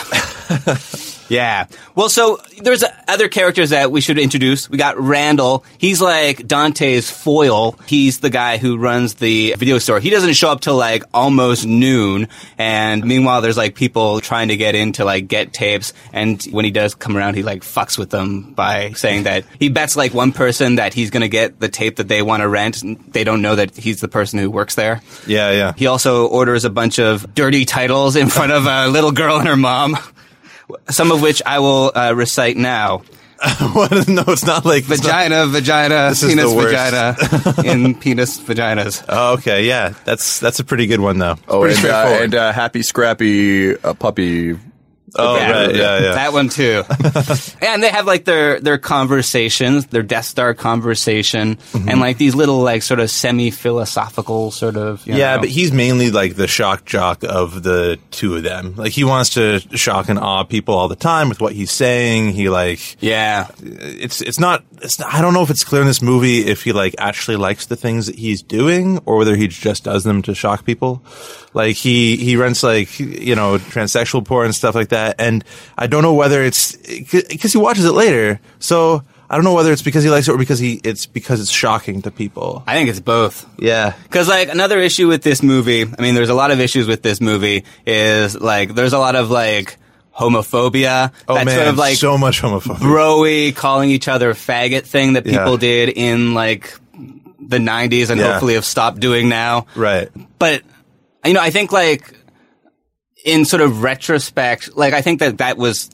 Speaker 6: Yeah. Well, so there's other characters that we should introduce. We got Randall. He's like Dante's foil. He's the guy who runs the video store. He doesn't show up till like almost noon. And meanwhile, there's like people trying to get in to like get tapes. And when he does come around, he like fucks with them by saying that he bets like one person that he's going to get the tape that they want to rent. And they don't know that he's the person who works there.
Speaker 7: Yeah, yeah.
Speaker 6: He also orders a bunch of dirty titles in front of a little girl and her mom, some of which I will uh, recite now.
Speaker 7: What? no, it's not like it's not-
Speaker 6: Vagina, vagina,
Speaker 7: is
Speaker 6: penis,
Speaker 7: the worst.
Speaker 6: vagina, and penis, vaginas.
Speaker 7: Oh, okay, yeah. That's that's a pretty good one though.
Speaker 8: Oh,
Speaker 7: Pretty
Speaker 8: and, uh,
Speaker 7: straightforward.
Speaker 8: and uh, happy scrappy uh, puppy.
Speaker 7: oh,
Speaker 6: Yeah.
Speaker 7: right, yeah, yeah.
Speaker 6: That one too. and they have like their their conversations, their Death Star conversation,
Speaker 7: Mm-hmm.
Speaker 6: and like these little like sort of semi philosophical sort of you
Speaker 7: yeah,
Speaker 6: know-
Speaker 7: but he's mainly like the shock jock of the two of them. Like he wants to shock and awe people all the time with what he's saying. He like
Speaker 6: yeah
Speaker 7: it's it's not it's not, I don't know if it's clear in this movie if he like actually likes the things that he's doing or whether he just does them to shock people. Like he he rents like you know transsexual porn and stuff like that, and I don't know whether it's because he watches it later. So I don't know whether it's because he likes it or because he it's because it's shocking to people.
Speaker 6: I think it's both.
Speaker 7: Yeah,
Speaker 6: Because like another issue with this movie, I mean, there's a lot of issues with this movie. Is like there's a lot of like homophobia.
Speaker 7: Oh
Speaker 6: that
Speaker 7: man,
Speaker 6: sort of like
Speaker 7: so much homophobia.
Speaker 6: broy calling each other faggot thing that people
Speaker 7: Yeah.
Speaker 6: did in like the 90s and
Speaker 7: Yeah.
Speaker 6: hopefully have stopped doing now.
Speaker 7: right.
Speaker 6: But you know, I think like in sort of retrospect, like I think that that was.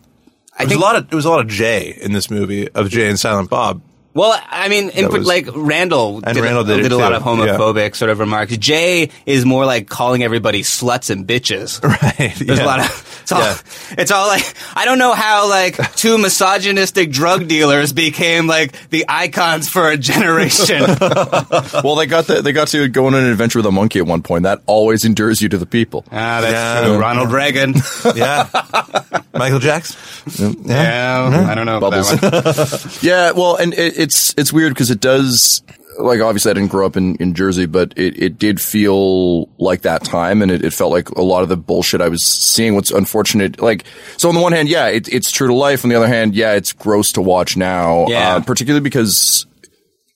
Speaker 6: I
Speaker 7: There's
Speaker 6: think
Speaker 7: a lot of it was a lot of Jay in this movie of Jay and Silent Bob.
Speaker 6: Well, I mean, in,
Speaker 7: That was-
Speaker 6: like Randall
Speaker 7: And
Speaker 6: did,
Speaker 7: Randall
Speaker 6: a,
Speaker 7: did it
Speaker 6: a lot
Speaker 7: too,
Speaker 6: of homophobic sort of remarks. Jay is more like calling everybody sluts and bitches.
Speaker 7: Right,
Speaker 6: There's a
Speaker 7: yeah.
Speaker 6: lot of it's all,
Speaker 7: Yeah.
Speaker 6: it's all like I don't know how like two misogynistic drug dealers became like the icons for a generation.
Speaker 8: Well, they got the, they got to go on an adventure with a monkey at one point. That always endures you to the people.
Speaker 6: ah, that's
Speaker 7: Yeah.
Speaker 6: true. Ronald Reagan.
Speaker 7: Yeah, Michael Jackson.
Speaker 6: yeah, I don't know about that
Speaker 8: Bubbles.
Speaker 6: one.
Speaker 8: Yeah, well, and it, it's it's weird because it does. Like obviously, I didn't grow up in, in Jersey, but it, it did feel like that time, and it, it felt like a lot of the bullshit I was seeing. What's unfortunate, like so on the one hand, yeah, it, it's true to life. On the other hand, yeah, it's gross to watch now,
Speaker 6: Yeah.
Speaker 8: uh, particularly because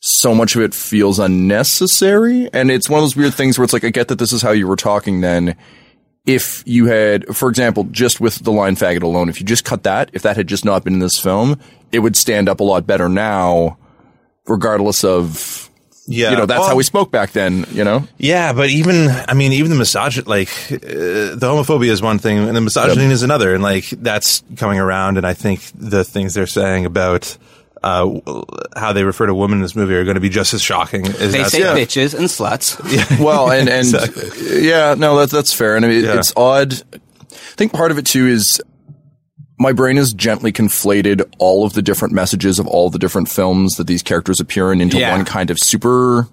Speaker 8: so much of it feels unnecessary, and it's one of those weird things where it's like I get that this is how you were talking then. If you had, for example, just with the line faggot alone, if you just cut that, if that had just not been in this film, it would stand up a lot better now, regardless of,
Speaker 7: Yeah,
Speaker 8: you know, that's
Speaker 7: Well,
Speaker 8: how we spoke back then, you know?
Speaker 7: Yeah, but even I mean, even the misogyny, like uh, the homophobia is one thing, and the misogyny is another, and like that's coming around. And I think the things they're saying about uh, w- how they refer to women in this movie are going to be just as shocking. As
Speaker 6: They
Speaker 7: that's-
Speaker 6: say bitches and sluts.
Speaker 8: well, and and yeah, no, that's that's fair, and I mean,
Speaker 7: Yeah.
Speaker 8: it's odd. I think part of it too is my brain has gently conflated all of the different messages of all the different films that these characters appear in into
Speaker 6: Yeah.
Speaker 8: one kind of super.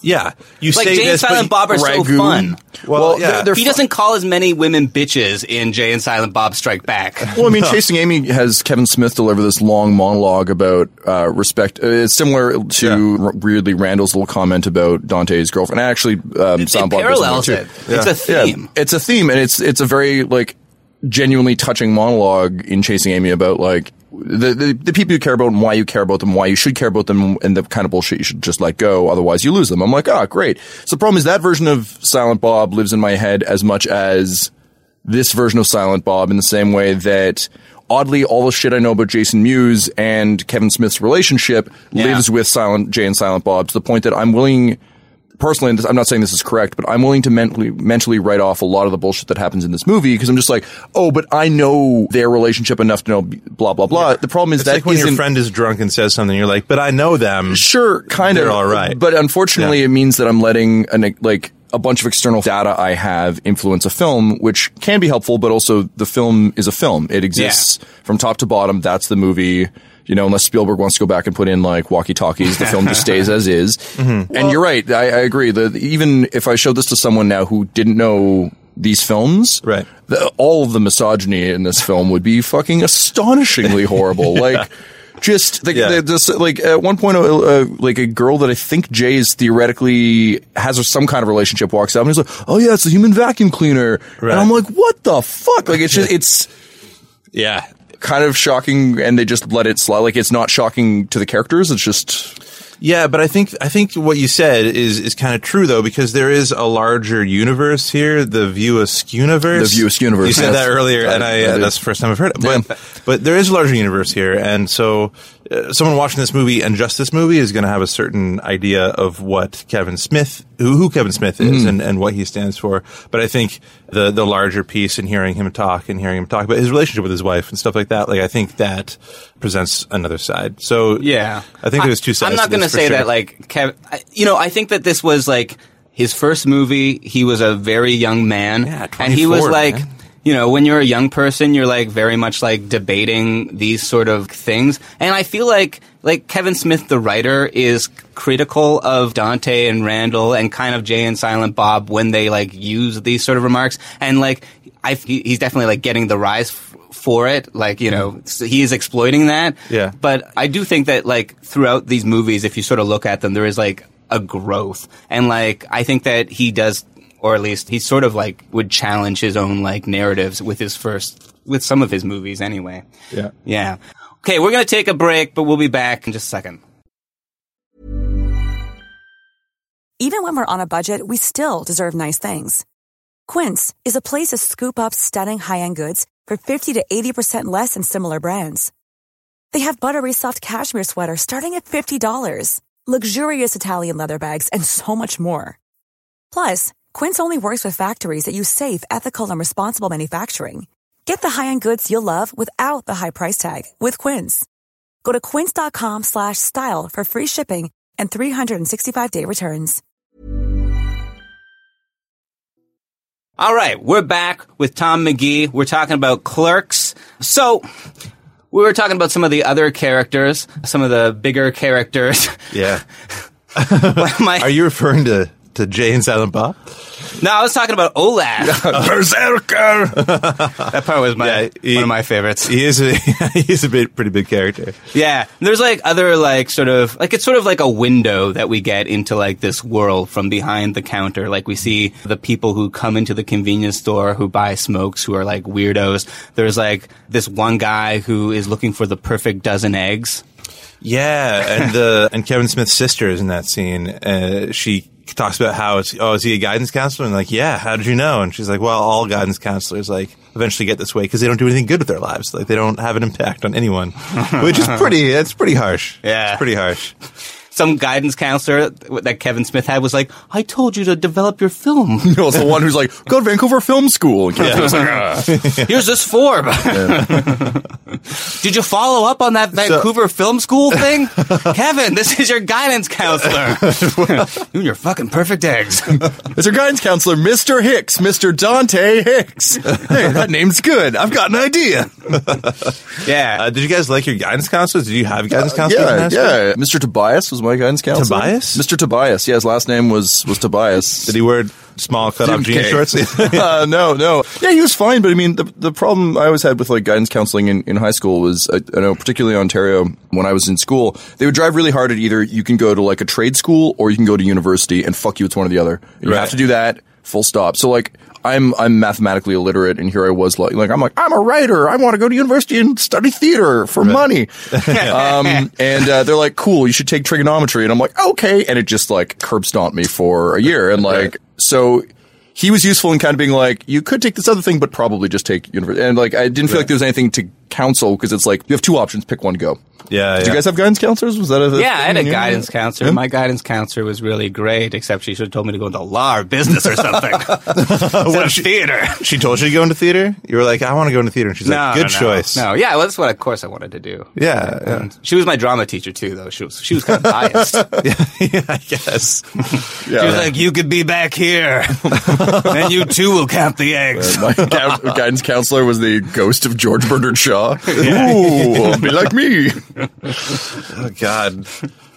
Speaker 7: yeah, you
Speaker 6: Like
Speaker 7: say
Speaker 6: Jay and
Speaker 7: this, but
Speaker 6: Silent
Speaker 7: you-
Speaker 6: Bob are so
Speaker 8: ragu.
Speaker 6: fun.
Speaker 7: Well, yeah.
Speaker 8: they're- they're
Speaker 6: he
Speaker 8: fun.
Speaker 6: doesn't call as many women bitches in Jay and Silent Bob Strike Back.
Speaker 8: Well, I mean, Chasing Amy has Kevin Smith deliver this long monologue about uh, respect. Uh, it's similar to r- weirdly Randall's little comment about Dante's girlfriend. And Actually, um,
Speaker 6: It,
Speaker 8: Soundblock
Speaker 6: it
Speaker 8: does
Speaker 6: parallels
Speaker 8: too.
Speaker 6: it. It's a theme.
Speaker 8: it's a theme, and it's it's a very like genuinely touching monologue in Chasing Amy about like the, the the people you care about and why you care about them, why you should care about them, and the kind of bullshit you should just let go, otherwise you lose them. I'm like, ah, great. So the problem is that version of Silent Bob lives in my head as much as this version of Silent Bob in the same way that. Oddly, all the shit I know about Jason Mewes and Kevin Smith's relationship lives with Silent Jay and Silent Bob to the point that I'm willing personally, and this, I'm not saying this is correct, but I'm willing to mentally mentally write off a lot of the bullshit that happens in this movie because I'm just like, oh, but I know their relationship enough to know b- blah blah blah. The problem is
Speaker 7: It's
Speaker 8: that
Speaker 7: like when your
Speaker 8: isn't-
Speaker 7: friend is drunk and says something, you're like, but I know them.
Speaker 8: sure, kind
Speaker 7: They're
Speaker 8: of
Speaker 7: all right.
Speaker 8: but unfortunately,
Speaker 7: Yeah.
Speaker 8: it means that I'm letting an like a bunch of external data I have influence a film, which can be helpful, but also the film is a film. It exists from top to bottom. That's the movie. You know, unless Spielberg wants to go back and put in like walkie talkies, the film just stays as is.
Speaker 7: Mm-hmm.
Speaker 8: And you're right. I, I agree. The, the- even if I showed this to someone now who didn't know these films,
Speaker 7: Right.
Speaker 8: the, all of the misogyny in this film would be fucking astonishingly horrible. Like, just the,
Speaker 7: Yeah.
Speaker 8: the, this like at one point, uh, uh, like a girl that I think Jay is theoretically has some kind of relationship walks up and he's like, "Oh yeah, it's a human vacuum cleaner,"
Speaker 7: Right.
Speaker 8: and I'm like, "What the fuck?" Like it's just it's
Speaker 7: Yeah.
Speaker 8: kind of shocking, and they just let it slide. Like it's not shocking to the characters. It's just
Speaker 7: Yeah, but I think I think what you said is is kind of true though because there is a larger universe here, the View Askew universe.
Speaker 8: The View Askew universe,
Speaker 7: You said
Speaker 8: yes.
Speaker 7: that earlier, and
Speaker 8: I-
Speaker 7: I,
Speaker 8: I
Speaker 7: uh,
Speaker 8: did.
Speaker 7: that's the first time I've heard it. But
Speaker 8: Yeah.
Speaker 7: but there is a larger universe here, and so uh, someone watching this movie and just this movie is going to have a certain idea of what Kevin Smith, who, who Kevin Smith is,
Speaker 8: Mm-hmm.
Speaker 7: and, and what he stands for. But I think the the larger piece in hearing him talk and hearing him talk about his relationship with his wife and stuff like that, like I think that presents another side. So
Speaker 6: Yeah,
Speaker 7: I think there's two sides.
Speaker 6: I'm not
Speaker 7: to this
Speaker 6: gonna
Speaker 7: for
Speaker 6: say
Speaker 7: sure.
Speaker 6: that like Kev. I, you know, I think that this was like his first movie. He was a very young man,
Speaker 7: Yeah,
Speaker 6: and he was
Speaker 7: 24,
Speaker 6: like.
Speaker 7: man.
Speaker 6: You know, when you're a young person, you're like very much like debating these sort of things. And I feel like, like Kevin Smith, the writer, is critical of Dante and Randall and kind of Jay and Silent Bob when they like use these sort of remarks. And like, I, he- he's definitely like getting the rise f- for it. Like, you know, s- he is exploiting that.
Speaker 7: Yeah.
Speaker 6: But I do think that like throughout these movies, if you sort of look at them, there is like a growth. And like I think that he does or at least he sort of like would challenge his own like narratives with his first with some of his movies anyway.
Speaker 7: Yeah.
Speaker 6: Yeah. Okay, we're gonna take a break, but we'll be back in just a second.
Speaker 9: Even when we're on a budget, we still deserve nice things. Quince is a place to scoop up stunning high-end goods for 50 to 80% less than similar brands. They have buttery soft cashmere sweaters starting at $50, luxurious Italian leather bags, and so much more. Plus, Quince only works with factories that use safe, ethical, and responsible manufacturing. Get the high-end goods you'll love without the high price tag with Quince. Go to quince.com slash style for free shipping and 365-day returns.
Speaker 6: All right, we're back with Tom McGee. We're talking about clerks. So, we were talking about some of the other characters, some of the bigger characters.
Speaker 7: Yeah.
Speaker 6: What am I-
Speaker 7: Are you referring to, to Jay and Silent Bob?
Speaker 6: no, I was talking about Olaf.
Speaker 7: Berserker!
Speaker 6: that part was my
Speaker 7: Yeah, he-
Speaker 6: one of my favorites.
Speaker 7: he is a, he's a bit, pretty big character.
Speaker 6: Yeah, and there's like other like sort of like it's sort of like a window that we get into like this world from behind the counter. Like we see the people who come into the convenience store who buy smokes who are like weirdos. There's like this one guy who is looking for the perfect dozen eggs.
Speaker 7: Yeah, and the and Kevin Smith's sister is in that scene. Uh, she talks about how it's oh, is he a guidance counselor? And like, yeah, how did you know? And she's like, well, all guidance counselors like eventually get this way because they don't do anything good with their lives. Like they don't have an impact on anyone, which is pretty. It's pretty harsh.
Speaker 6: Yeah.
Speaker 7: it's pretty harsh.
Speaker 6: Some guidance counselor that Kevin Smith had was like, "I told you to develop your film.
Speaker 8: you know, it's the one who's like, go to Vancouver Film School. And yeah.
Speaker 6: Here's this form. Did you follow up on that Vancouver film school thing? Kevin, this is your guidance counselor. you and your fucking perfect eggs.
Speaker 8: It's our guidance counselor, Mr. Hicks, Mr. Dante Hicks. hey, that name's good. I've got an idea.
Speaker 6: yeah.
Speaker 7: Uh, did you guys like your guidance counselors? Did you have guidance counselors? in
Speaker 8: Uh, yeah,
Speaker 7: high school?
Speaker 8: yeah. Mr. Tobias was my guidance counselor.
Speaker 7: Tobias?
Speaker 8: Mr. Tobias. Yeah, his last name was was Tobias.
Speaker 7: Did he wear small cut off jean
Speaker 8: Okay.
Speaker 7: shorts?
Speaker 8: uh, no, no. Yeah, he was fine, but I mean, the the problem I always had with like guidance counseling in, in high school was I, I know particularly in Ontario when I was in school, they would drive really hard at either you can go to like a trade school or you can go to university, and fuck you, it's one or the other. You
Speaker 7: Right.
Speaker 8: have to do that. Full stop. So like. I'm I'm mathematically illiterate, and here I was like, like I'm like I'm a writer. I want to go to university and study theater for money. um, and uh, they're like, cool, you should take trigonometry, and I'm like, okay. And it just like curb stomped me for a year, and like so he was useful in kind of being like, you could take this other thing, but probably just take university. And like, I didn't feel like there was anything to counsel because it's like you have two options, pick one, go.
Speaker 7: Yeah,
Speaker 8: Did
Speaker 7: yeah.
Speaker 8: you guys have guidance counselors? Was that a
Speaker 6: yeah, I had a
Speaker 8: thing? Yeah. Hmm?
Speaker 6: guidance counselor. My guidance counselor was really great, except she should have told me to go into law or business or something. Instead of theater.
Speaker 7: she told you to go into theater. You were like, I want to go into theater, and she's
Speaker 6: No,
Speaker 7: like,
Speaker 6: no,
Speaker 7: good
Speaker 6: no.
Speaker 7: choice.
Speaker 6: No, yeah, well, that's what, of course, I wanted to do.
Speaker 7: Yeah, yeah.
Speaker 6: And she was my drama teacher too, though. She was she was kind of biased.
Speaker 7: yeah, I guess.
Speaker 8: Yeah.
Speaker 6: She was like, "You could be back here, and you too will count the eggs."
Speaker 8: My gui- guidance counselor was the ghost of George Bernard Shaw. Ooh, be like me.
Speaker 7: Oh God.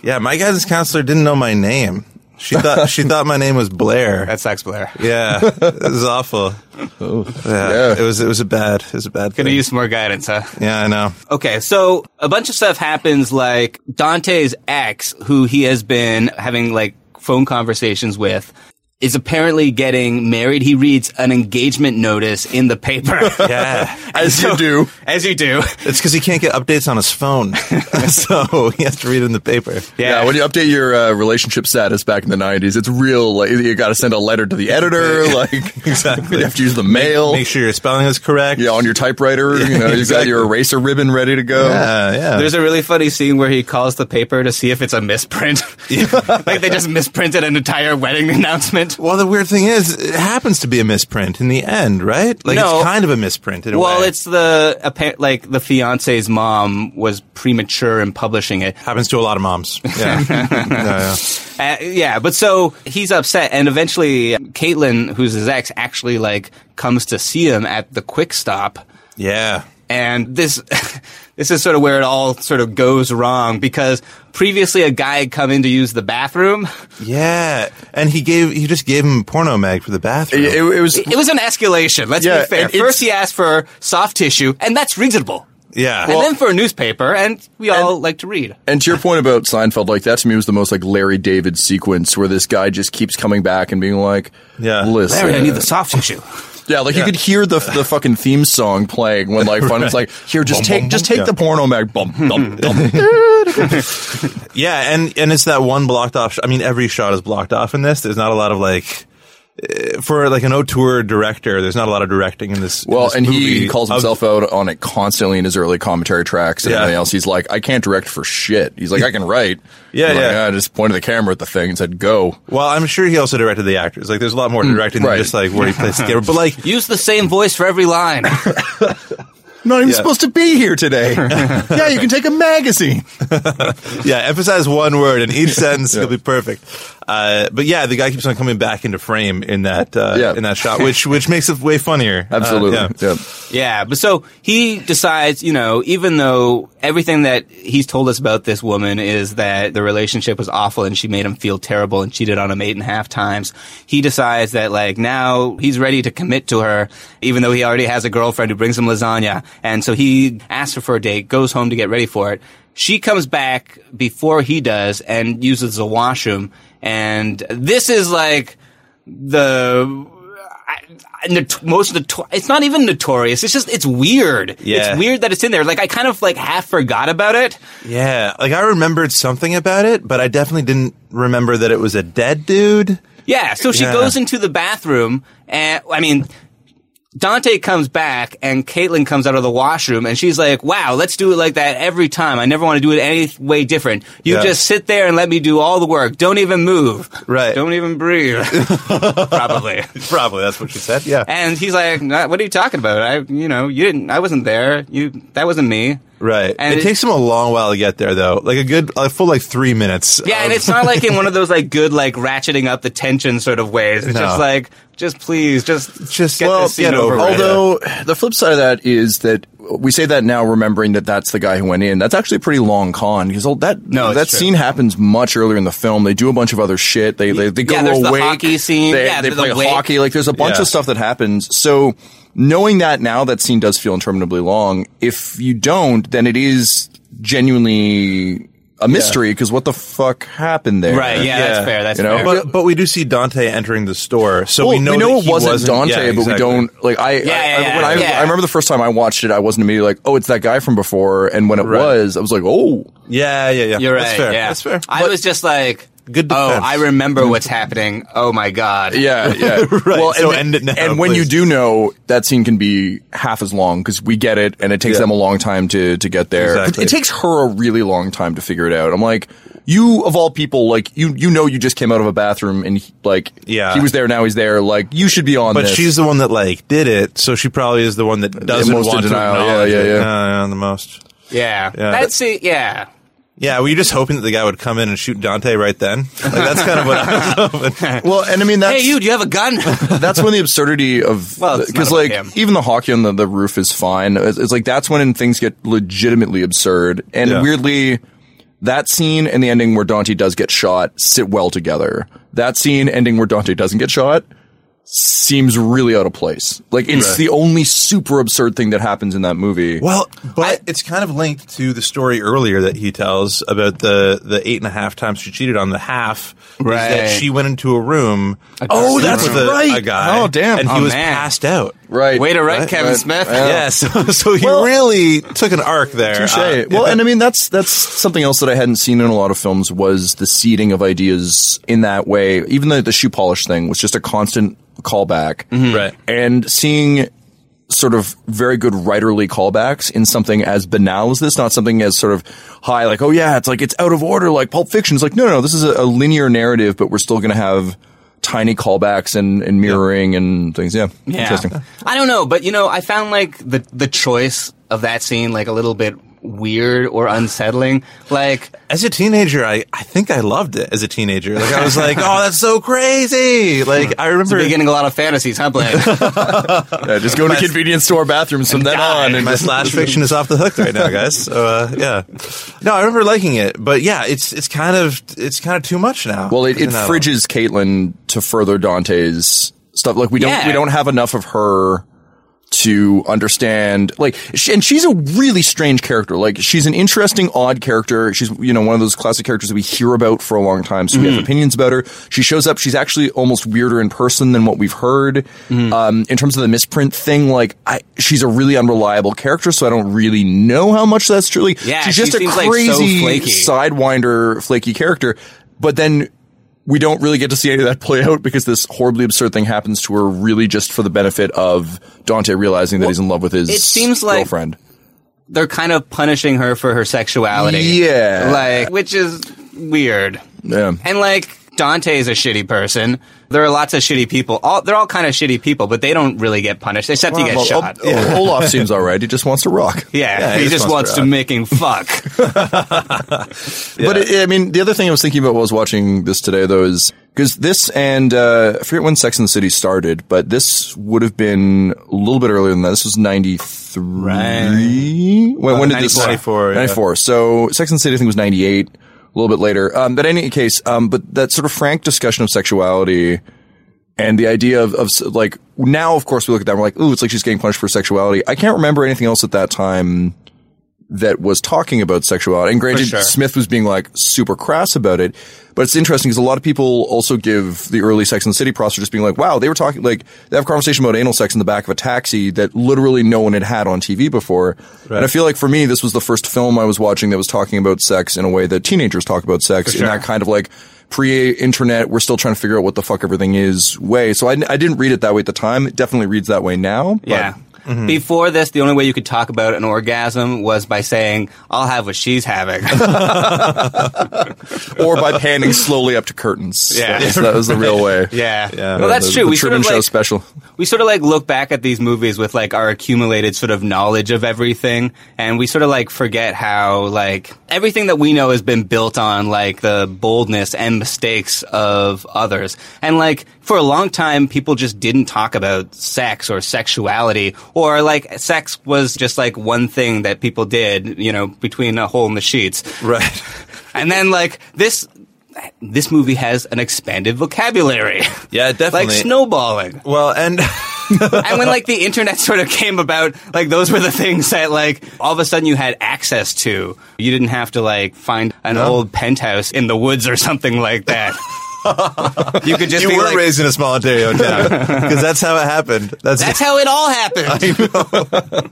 Speaker 7: Yeah, my guidance counselor didn't know my name. She thought she thought my name was Blair.
Speaker 6: That sucks, Blair.
Speaker 7: yeah, it was awful. yeah,
Speaker 8: yeah.
Speaker 7: it was it was a bad it was a bad.
Speaker 6: Gonna
Speaker 7: thing.
Speaker 6: use some more guidance, huh?
Speaker 7: Yeah, I know.
Speaker 6: Okay, so a bunch of stuff happens like Dante's ex, who he has been having like phone conversations with, is apparently getting married. He reads an engagement notice in the paper.
Speaker 7: Yeah.
Speaker 6: as you do. As you do.
Speaker 7: It's because he can't get updates on his phone, so he has to read it in the paper.
Speaker 8: Yeah. when you update your uh, relationship status back in the '90s, it's real. Like you got to send a letter to the editor. Like
Speaker 7: exactly,
Speaker 8: you have to use the mail.
Speaker 7: Make sure your spelling is correct.
Speaker 8: Yeah, on your typewriter, you know, you've got
Speaker 7: exactly.
Speaker 8: your eraser ribbon ready to go.
Speaker 7: Yeah, yeah.
Speaker 6: There's a really funny scene where he calls the paper to see if it's a misprint. like they just misprinted an entire wedding announcement.
Speaker 7: well, the weird thing is, it happens to be a misprint in the end, right? Like
Speaker 6: No.
Speaker 7: it's kind of a misprint. In a
Speaker 6: Well,
Speaker 7: way.
Speaker 6: it's the appa- like the fiance's mom was premature in publishing it.
Speaker 7: happens to a lot of moms. Yeah, yeah, yeah.
Speaker 6: Uh, yeah, but so he's upset, and eventually Caitlin, who's his ex, actually like comes to see him at the quick stop,
Speaker 7: yeah.
Speaker 6: and this this is sort of where it all sort of goes wrong because previously a guy had come in to use the bathroom.
Speaker 7: Yeah. and he gave he just gave him a porno mag for the bathroom.
Speaker 8: It, it was
Speaker 6: It was an escalation. Let's
Speaker 8: Yeah,
Speaker 6: be fair.
Speaker 8: and it's-
Speaker 6: First, he asked for soft tissue, and that's reasonable.
Speaker 7: yeah,
Speaker 6: and then for a newspaper, and we all like to read.
Speaker 8: And to your point about Seinfeld, like that to me was the most like Larry David sequence where this guy just keeps coming back and being like,
Speaker 7: Yeah.
Speaker 8: listen,
Speaker 6: Larry, I need the soft tissue.
Speaker 8: yeah, like you could hear the the fucking theme song playing when like fun was like, here, just
Speaker 7: Bum,
Speaker 8: take
Speaker 7: bum,
Speaker 8: just
Speaker 7: bum.
Speaker 8: take the
Speaker 7: Yeah.
Speaker 8: porno mag, bum, bum, bum.
Speaker 7: Yeah, and and it's that one blocked off. Sh- I mean, every shot is blocked off in this. There's not a lot of like. eh, For like an auteur director, there's not a lot of directing in this. in
Speaker 8: Well,
Speaker 7: this
Speaker 8: and he
Speaker 7: movie
Speaker 8: calls
Speaker 7: of-
Speaker 8: himself out on it constantly in his early commentary tracks and
Speaker 7: Yeah.
Speaker 8: everything else. He's like, I can't direct for shit. He's like, I can write.
Speaker 7: Yeah,
Speaker 8: I'm like,
Speaker 7: yeah.
Speaker 8: I just pointed the camera at the thing and said, go.
Speaker 7: Well, I'm sure he also directed the actors. Like, there's a lot more directing
Speaker 8: Hmm, right.
Speaker 7: than just like where he plays the camera. But like,
Speaker 6: Use the same voice for every line.
Speaker 8: I'm not even supposed to be here today. yeah, you can take a magazine.
Speaker 7: yeah, emphasize one word in each sentence; it'll be perfect. Uh, but yeah, the guy keeps on coming back into frame in that uh,
Speaker 8: Yeah.
Speaker 7: in that shot, which which makes it way funnier. Uh,
Speaker 8: Absolutely.
Speaker 7: yeah.
Speaker 8: yeah.
Speaker 6: yeah, but so he decides, you know, even though everything that he's told us about this woman is that the relationship was awful and she made him feel terrible and cheated on him eight and a half times, he decides that, like, now he's ready to commit to her, even though he already has a girlfriend who brings him lasagna. And so he asks her for a date, goes home to get ready for it. She comes back before he does and uses the washroom. And this is like the I- not- most noto- it's not even notorious. It's just it's weird.
Speaker 7: Yeah.
Speaker 6: It's weird that it's in there. Like I kind of like half forgot about it.
Speaker 7: yeah. Like I remembered something about it, but I definitely didn't remember that it was a dead dude.
Speaker 6: Yeah. So she
Speaker 7: Yeah.
Speaker 6: goes into the bathroom, and I mean. Dante comes back and Caitlin comes out of the washroom and she's like, wow, let's do it like that every time. I never want to do it any way different. You
Speaker 7: Yeah.
Speaker 6: just sit there and let me do all the work. Don't even move.
Speaker 7: Right.
Speaker 6: Don't even breathe. Probably.
Speaker 7: Probably that's what she said. Yeah.
Speaker 6: And he's like, "Nah, what are you talking about? I, you know, you didn't, I wasn't there. You, that wasn't me.
Speaker 7: Right.
Speaker 6: And
Speaker 7: it,
Speaker 6: it-
Speaker 7: takes him a long while to get there, though. Like a good, a full like three minutes.
Speaker 6: Yeah, and
Speaker 7: of-
Speaker 6: it's not like in one of those like good like ratcheting up the tension sort of ways. It's
Speaker 7: No.
Speaker 6: just like just please just
Speaker 7: Just
Speaker 6: get
Speaker 7: well,
Speaker 6: this scene
Speaker 7: get
Speaker 6: over.
Speaker 7: over it.
Speaker 6: with.
Speaker 8: Although the flip side of that is that we say that now, remembering that that's the guy who went in. That's actually a pretty long con because all that
Speaker 6: No, it's
Speaker 8: that
Speaker 6: true.
Speaker 8: scene happens much earlier in the film. They do a bunch of other shit. They they, they go
Speaker 6: Yeah, there's the
Speaker 8: away.
Speaker 6: hockey scene.
Speaker 8: They,
Speaker 6: Yeah,
Speaker 8: they
Speaker 6: the- the
Speaker 8: play
Speaker 6: wake.
Speaker 8: hockey. Like there's a bunch
Speaker 7: Yeah.
Speaker 8: of stuff that happens. So knowing that now, that scene does feel interminably long. If you don't, then it is genuinely a mystery because what the fuck happened there?
Speaker 6: right? Yeah, that's fair. That's
Speaker 8: You know?
Speaker 6: fair.
Speaker 7: But but we do see Dante entering the store, so
Speaker 8: Well,
Speaker 7: we know that
Speaker 8: it
Speaker 7: he
Speaker 8: wasn't,
Speaker 7: wasn't
Speaker 8: Dante,
Speaker 7: yeah,
Speaker 8: but we
Speaker 7: exactly.
Speaker 8: don't like. I
Speaker 6: Yeah,
Speaker 8: I-
Speaker 6: yeah, yeah,
Speaker 8: when I,
Speaker 6: yeah.
Speaker 8: I remember the first time I watched it, I wasn't immediately like, "Oh, it's that guy from before." And when it
Speaker 7: Right.
Speaker 8: was, I was like, "Oh,
Speaker 7: Yeah, yeah, yeah.
Speaker 6: You're right.
Speaker 7: That's fair.
Speaker 6: Yeah,
Speaker 7: That's fair.
Speaker 6: I was just like,
Speaker 7: Good
Speaker 6: Oh,
Speaker 7: defense.
Speaker 6: I remember what's happening. Oh my god.
Speaker 8: yeah, yeah."
Speaker 7: Right, so
Speaker 8: and,
Speaker 7: end it now,
Speaker 8: and when you
Speaker 7: please.
Speaker 8: do know, that scene can be half as long because we get it, and it takes
Speaker 7: Yeah.
Speaker 8: them a long time to to get there.
Speaker 7: Exactly.
Speaker 8: It takes her a really long time to figure it out. I'm like, you of all people, like you you know, you just came out of a bathroom, and he, like,
Speaker 7: Yeah.
Speaker 8: he was there, now he's there. Like, you should be on.
Speaker 7: But
Speaker 8: this.
Speaker 7: she's the one that like did it, so she probably is the one that doesn't
Speaker 8: most in
Speaker 7: want to
Speaker 8: denial. Yeah,
Speaker 7: acknowledge
Speaker 8: yeah,
Speaker 7: it.
Speaker 8: yeah.
Speaker 7: yeah, yeah, the most.
Speaker 6: yeah.
Speaker 7: Yeah.
Speaker 6: That's it. Yeah.
Speaker 7: Yeah, were you just hoping that the guy would come in and shoot Dante right then? Like, that's kind of what I was hoping.
Speaker 8: well, and I mean that's
Speaker 6: Hey, you? Do you have a gun?
Speaker 8: that's when the absurdity of
Speaker 6: Well, it's
Speaker 8: because
Speaker 6: not
Speaker 8: like
Speaker 6: about him.
Speaker 8: even the hockey on the, the roof is fine. It's, it's like that's when things get legitimately absurd and
Speaker 7: Yeah.
Speaker 8: weirdly. That scene and the ending where Dante does get shot sit well together. That scene ending where Dante doesn't get shot seems really out of place. Like it's
Speaker 7: Right.
Speaker 8: the only super absurd thing that happens in that movie.
Speaker 7: Well, but it's kind of linked to the story earlier that he tells about the the eight and a half times she cheated on the half. is
Speaker 8: Right.
Speaker 7: that she went into a room.
Speaker 8: Oh,
Speaker 7: slept
Speaker 8: that's
Speaker 7: with a,
Speaker 8: right.
Speaker 7: A guy.
Speaker 8: Oh, damn.
Speaker 7: And he
Speaker 8: Oh,
Speaker 7: was
Speaker 8: man.
Speaker 7: passed out.
Speaker 8: Right.
Speaker 6: Way to write,
Speaker 7: Right,
Speaker 6: Kevin
Speaker 7: right.
Speaker 6: Smith.
Speaker 7: Yeah. so, so he really took an arc there.
Speaker 8: Touche.
Speaker 7: Uh,
Speaker 8: well,
Speaker 7: yeah.
Speaker 8: and I mean that's that's something else that I hadn't seen in a lot of films was the seeding of ideas in that way. Even the, the shoe polish thing was just a constant callback,
Speaker 7: Mm-hmm. Right.
Speaker 8: And seeing sort of very good writerly callbacks in something as banal as this, not something as sort of high like, oh yeah, it's like it's out of order, like Pulp Fiction. It's like no, no, no, this is a, a linear narrative, but we're still going to have tiny callbacks and, and mirroring and things. Yeah,
Speaker 6: Yeah.
Speaker 8: interesting.
Speaker 6: I don't know, but you know, I found like the the choice of that scene like a little bit weird or unsettling. Like
Speaker 7: as a teenager, I, I think I loved it as a teenager. Like I was like, oh, that's so crazy. Like I
Speaker 6: it's
Speaker 7: remember
Speaker 6: beginning a lot of fantasies, huh, Blaine?
Speaker 8: Yeah, just go to
Speaker 7: My-
Speaker 8: convenience store bathrooms from then on, and
Speaker 7: my
Speaker 8: just
Speaker 7: slash fiction is off the hook right now, guys. So, uh, yeah, no, I remember liking it, but yeah, it's it's kind of it's kind of too much now.
Speaker 8: Well, it, it
Speaker 7: No.
Speaker 8: fridges Caitlyn to further Dante's stuff. Like we don't
Speaker 6: Yeah.
Speaker 8: we don't have enough of her to understand. Like, she, and she's a really strange character. Like, she's an interesting, odd character. She's you know one of those classic characters that we hear about for a long time, so
Speaker 6: Mm-hmm.
Speaker 8: we have opinions about her. She shows up. She's actually almost weirder in person than what we've heard.
Speaker 6: Mm-hmm.
Speaker 8: Um, in terms of the misprint thing, like I, she's a really unreliable character, so I don't really know how much that's truly.
Speaker 6: Yeah,
Speaker 8: she's
Speaker 6: she
Speaker 8: just a
Speaker 6: seems, like, so
Speaker 8: crazy
Speaker 6: flaky.
Speaker 8: sidewinder, flaky character. But then we don't really get to see any of that play out because this horribly absurd thing happens to her really just for the benefit of Dante realizing that he's in love with his
Speaker 6: it seems like-
Speaker 8: girlfriend.
Speaker 6: They're kind of punishing her for her sexuality.
Speaker 8: Yeah.
Speaker 6: Like which is weird.
Speaker 8: Yeah.
Speaker 6: And like Dante's a shitty person. There are lots of shitty people. All they're all kind of shitty people, but they don't really get punished except you get
Speaker 8: Well, oh,
Speaker 6: shot.
Speaker 8: Ol- Ol- Olaf seems all right. He just wants to rock.
Speaker 6: yeah, he, just wants to making fuck.
Speaker 8: But it, I mean, the other thing I was thinking about while I was watching this today, though, is because this and uh, I forget when Sex and the City started, but this would have been a little bit earlier than that. This was ninety three. When, when did this?
Speaker 7: 94, yeah.
Speaker 8: 94. So Sex and the City, I think, was ninety eight. A little bit later, um, but in any case, um, but that sort of frank discussion of sexuality and the idea of, of s- like now, of course, we look at that and we're like, ooh, it's like she's getting punished for sexuality. I can't remember anything else at that time that was talking about sexuality. And granted,
Speaker 6: sure.
Speaker 8: Smith was being like super crass about it, but it's interesting because a lot of people also give the early Sex and the City process just being like, wow, they were talking like they have a conversation about anal sex in the back of a taxi that literally no one had had on TV before. And I feel like for me, this was the first film I was watching that was talking about sex in a way that teenagers talk about sex in that kind of like pre-internet, we're still trying to figure out what the fuck everything is way. So I, I didn't read it that way at the time. It definitely reads that way now. But
Speaker 6: yeah.
Speaker 8: mm-hmm.
Speaker 6: Before this, the only way you could talk about an orgasm was by saying, I'll have what she's having.
Speaker 8: or by panning slowly up to curtains.
Speaker 6: Yeah.
Speaker 8: that was, that was the real way.
Speaker 6: yeah.
Speaker 7: Yeah.
Speaker 6: Well, that's
Speaker 8: the,
Speaker 6: true.
Speaker 8: The
Speaker 6: we sort
Speaker 8: Truman
Speaker 6: of
Speaker 8: Show
Speaker 6: like,
Speaker 8: special.
Speaker 6: we sort of like look back at these movies with like our accumulated sort of knowledge of everything and we sort of like forget how like everything that we know has been built on like the boldness and mistakes of others and like for a long time people just didn't talk about sex or sexuality or like sex was just like one thing that people did you know between a hole in the sheets
Speaker 7: right.
Speaker 6: and then like this this movie has an expanded vocabulary
Speaker 7: Yeah,
Speaker 6: like
Speaker 7: definitely.
Speaker 6: snowballing
Speaker 7: Well, and
Speaker 6: and when like the internet sort of came about, like those were the things that like all of a sudden you had access to. You didn't have to like find an old penthouse in the woods or something like that. you could just
Speaker 7: you
Speaker 6: be
Speaker 7: were
Speaker 6: like,
Speaker 7: raised in a small Ontario town because that's how it happened. That's
Speaker 6: that's how it all happened.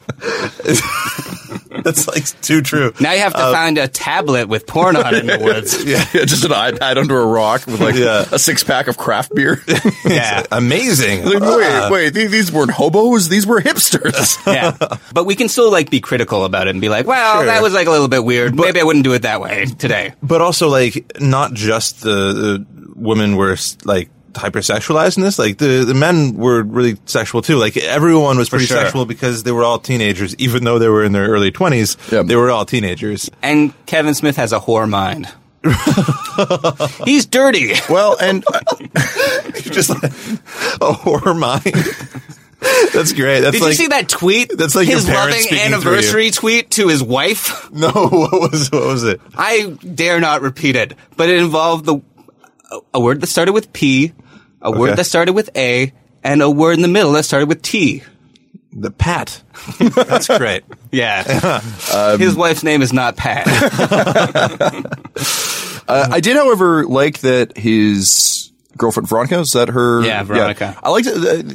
Speaker 7: that's like too true.
Speaker 6: now you have
Speaker 7: Uh,
Speaker 6: to find a tablet with porn on it in the woods.
Speaker 8: Yeah, just an iPad under a rock with like
Speaker 7: Yeah.
Speaker 8: a six pack of craft beer.
Speaker 6: Yeah.
Speaker 7: Amazing.
Speaker 8: Like,
Speaker 7: Ah.
Speaker 8: wait, wait, these, these weren't hobos; these were hipsters.
Speaker 6: Yeah. But we can still like be critical about it and be like, well,
Speaker 7: Sure.
Speaker 6: that was like a little bit weird. Maybe I wouldn't do it that way today.
Speaker 7: but also like not just the, the women were like hypersexualized in this like the, the men were really sexual too like everyone was pretty
Speaker 6: sure.
Speaker 7: sexual because they were all teenagers even though they were in their early 20s
Speaker 8: Yeah.
Speaker 7: they were all teenagers
Speaker 6: And Kevin Smith has a whore mind. He's dirty.
Speaker 8: well, and
Speaker 7: uh, just like a horror mind that's great that's
Speaker 6: Did
Speaker 7: like
Speaker 6: you see that tweet?
Speaker 7: that's like your
Speaker 6: his
Speaker 7: parents
Speaker 6: loving
Speaker 7: speaking through
Speaker 6: anniversary tweet to his wife.
Speaker 7: no what was what was it
Speaker 6: I dare not repeat it, but it involved the a word that started with P, a
Speaker 7: Okay.
Speaker 6: word that started with A, and a word in the middle that started with T.
Speaker 7: The Pat. That's great.
Speaker 6: yeah.
Speaker 7: Um,
Speaker 6: His wife's name is not Pat.
Speaker 8: Uh, I did, however, like that his girlfriend Veronica is that her?
Speaker 6: Yeah, Veronica.
Speaker 8: I liked
Speaker 7: Uh,
Speaker 8: that-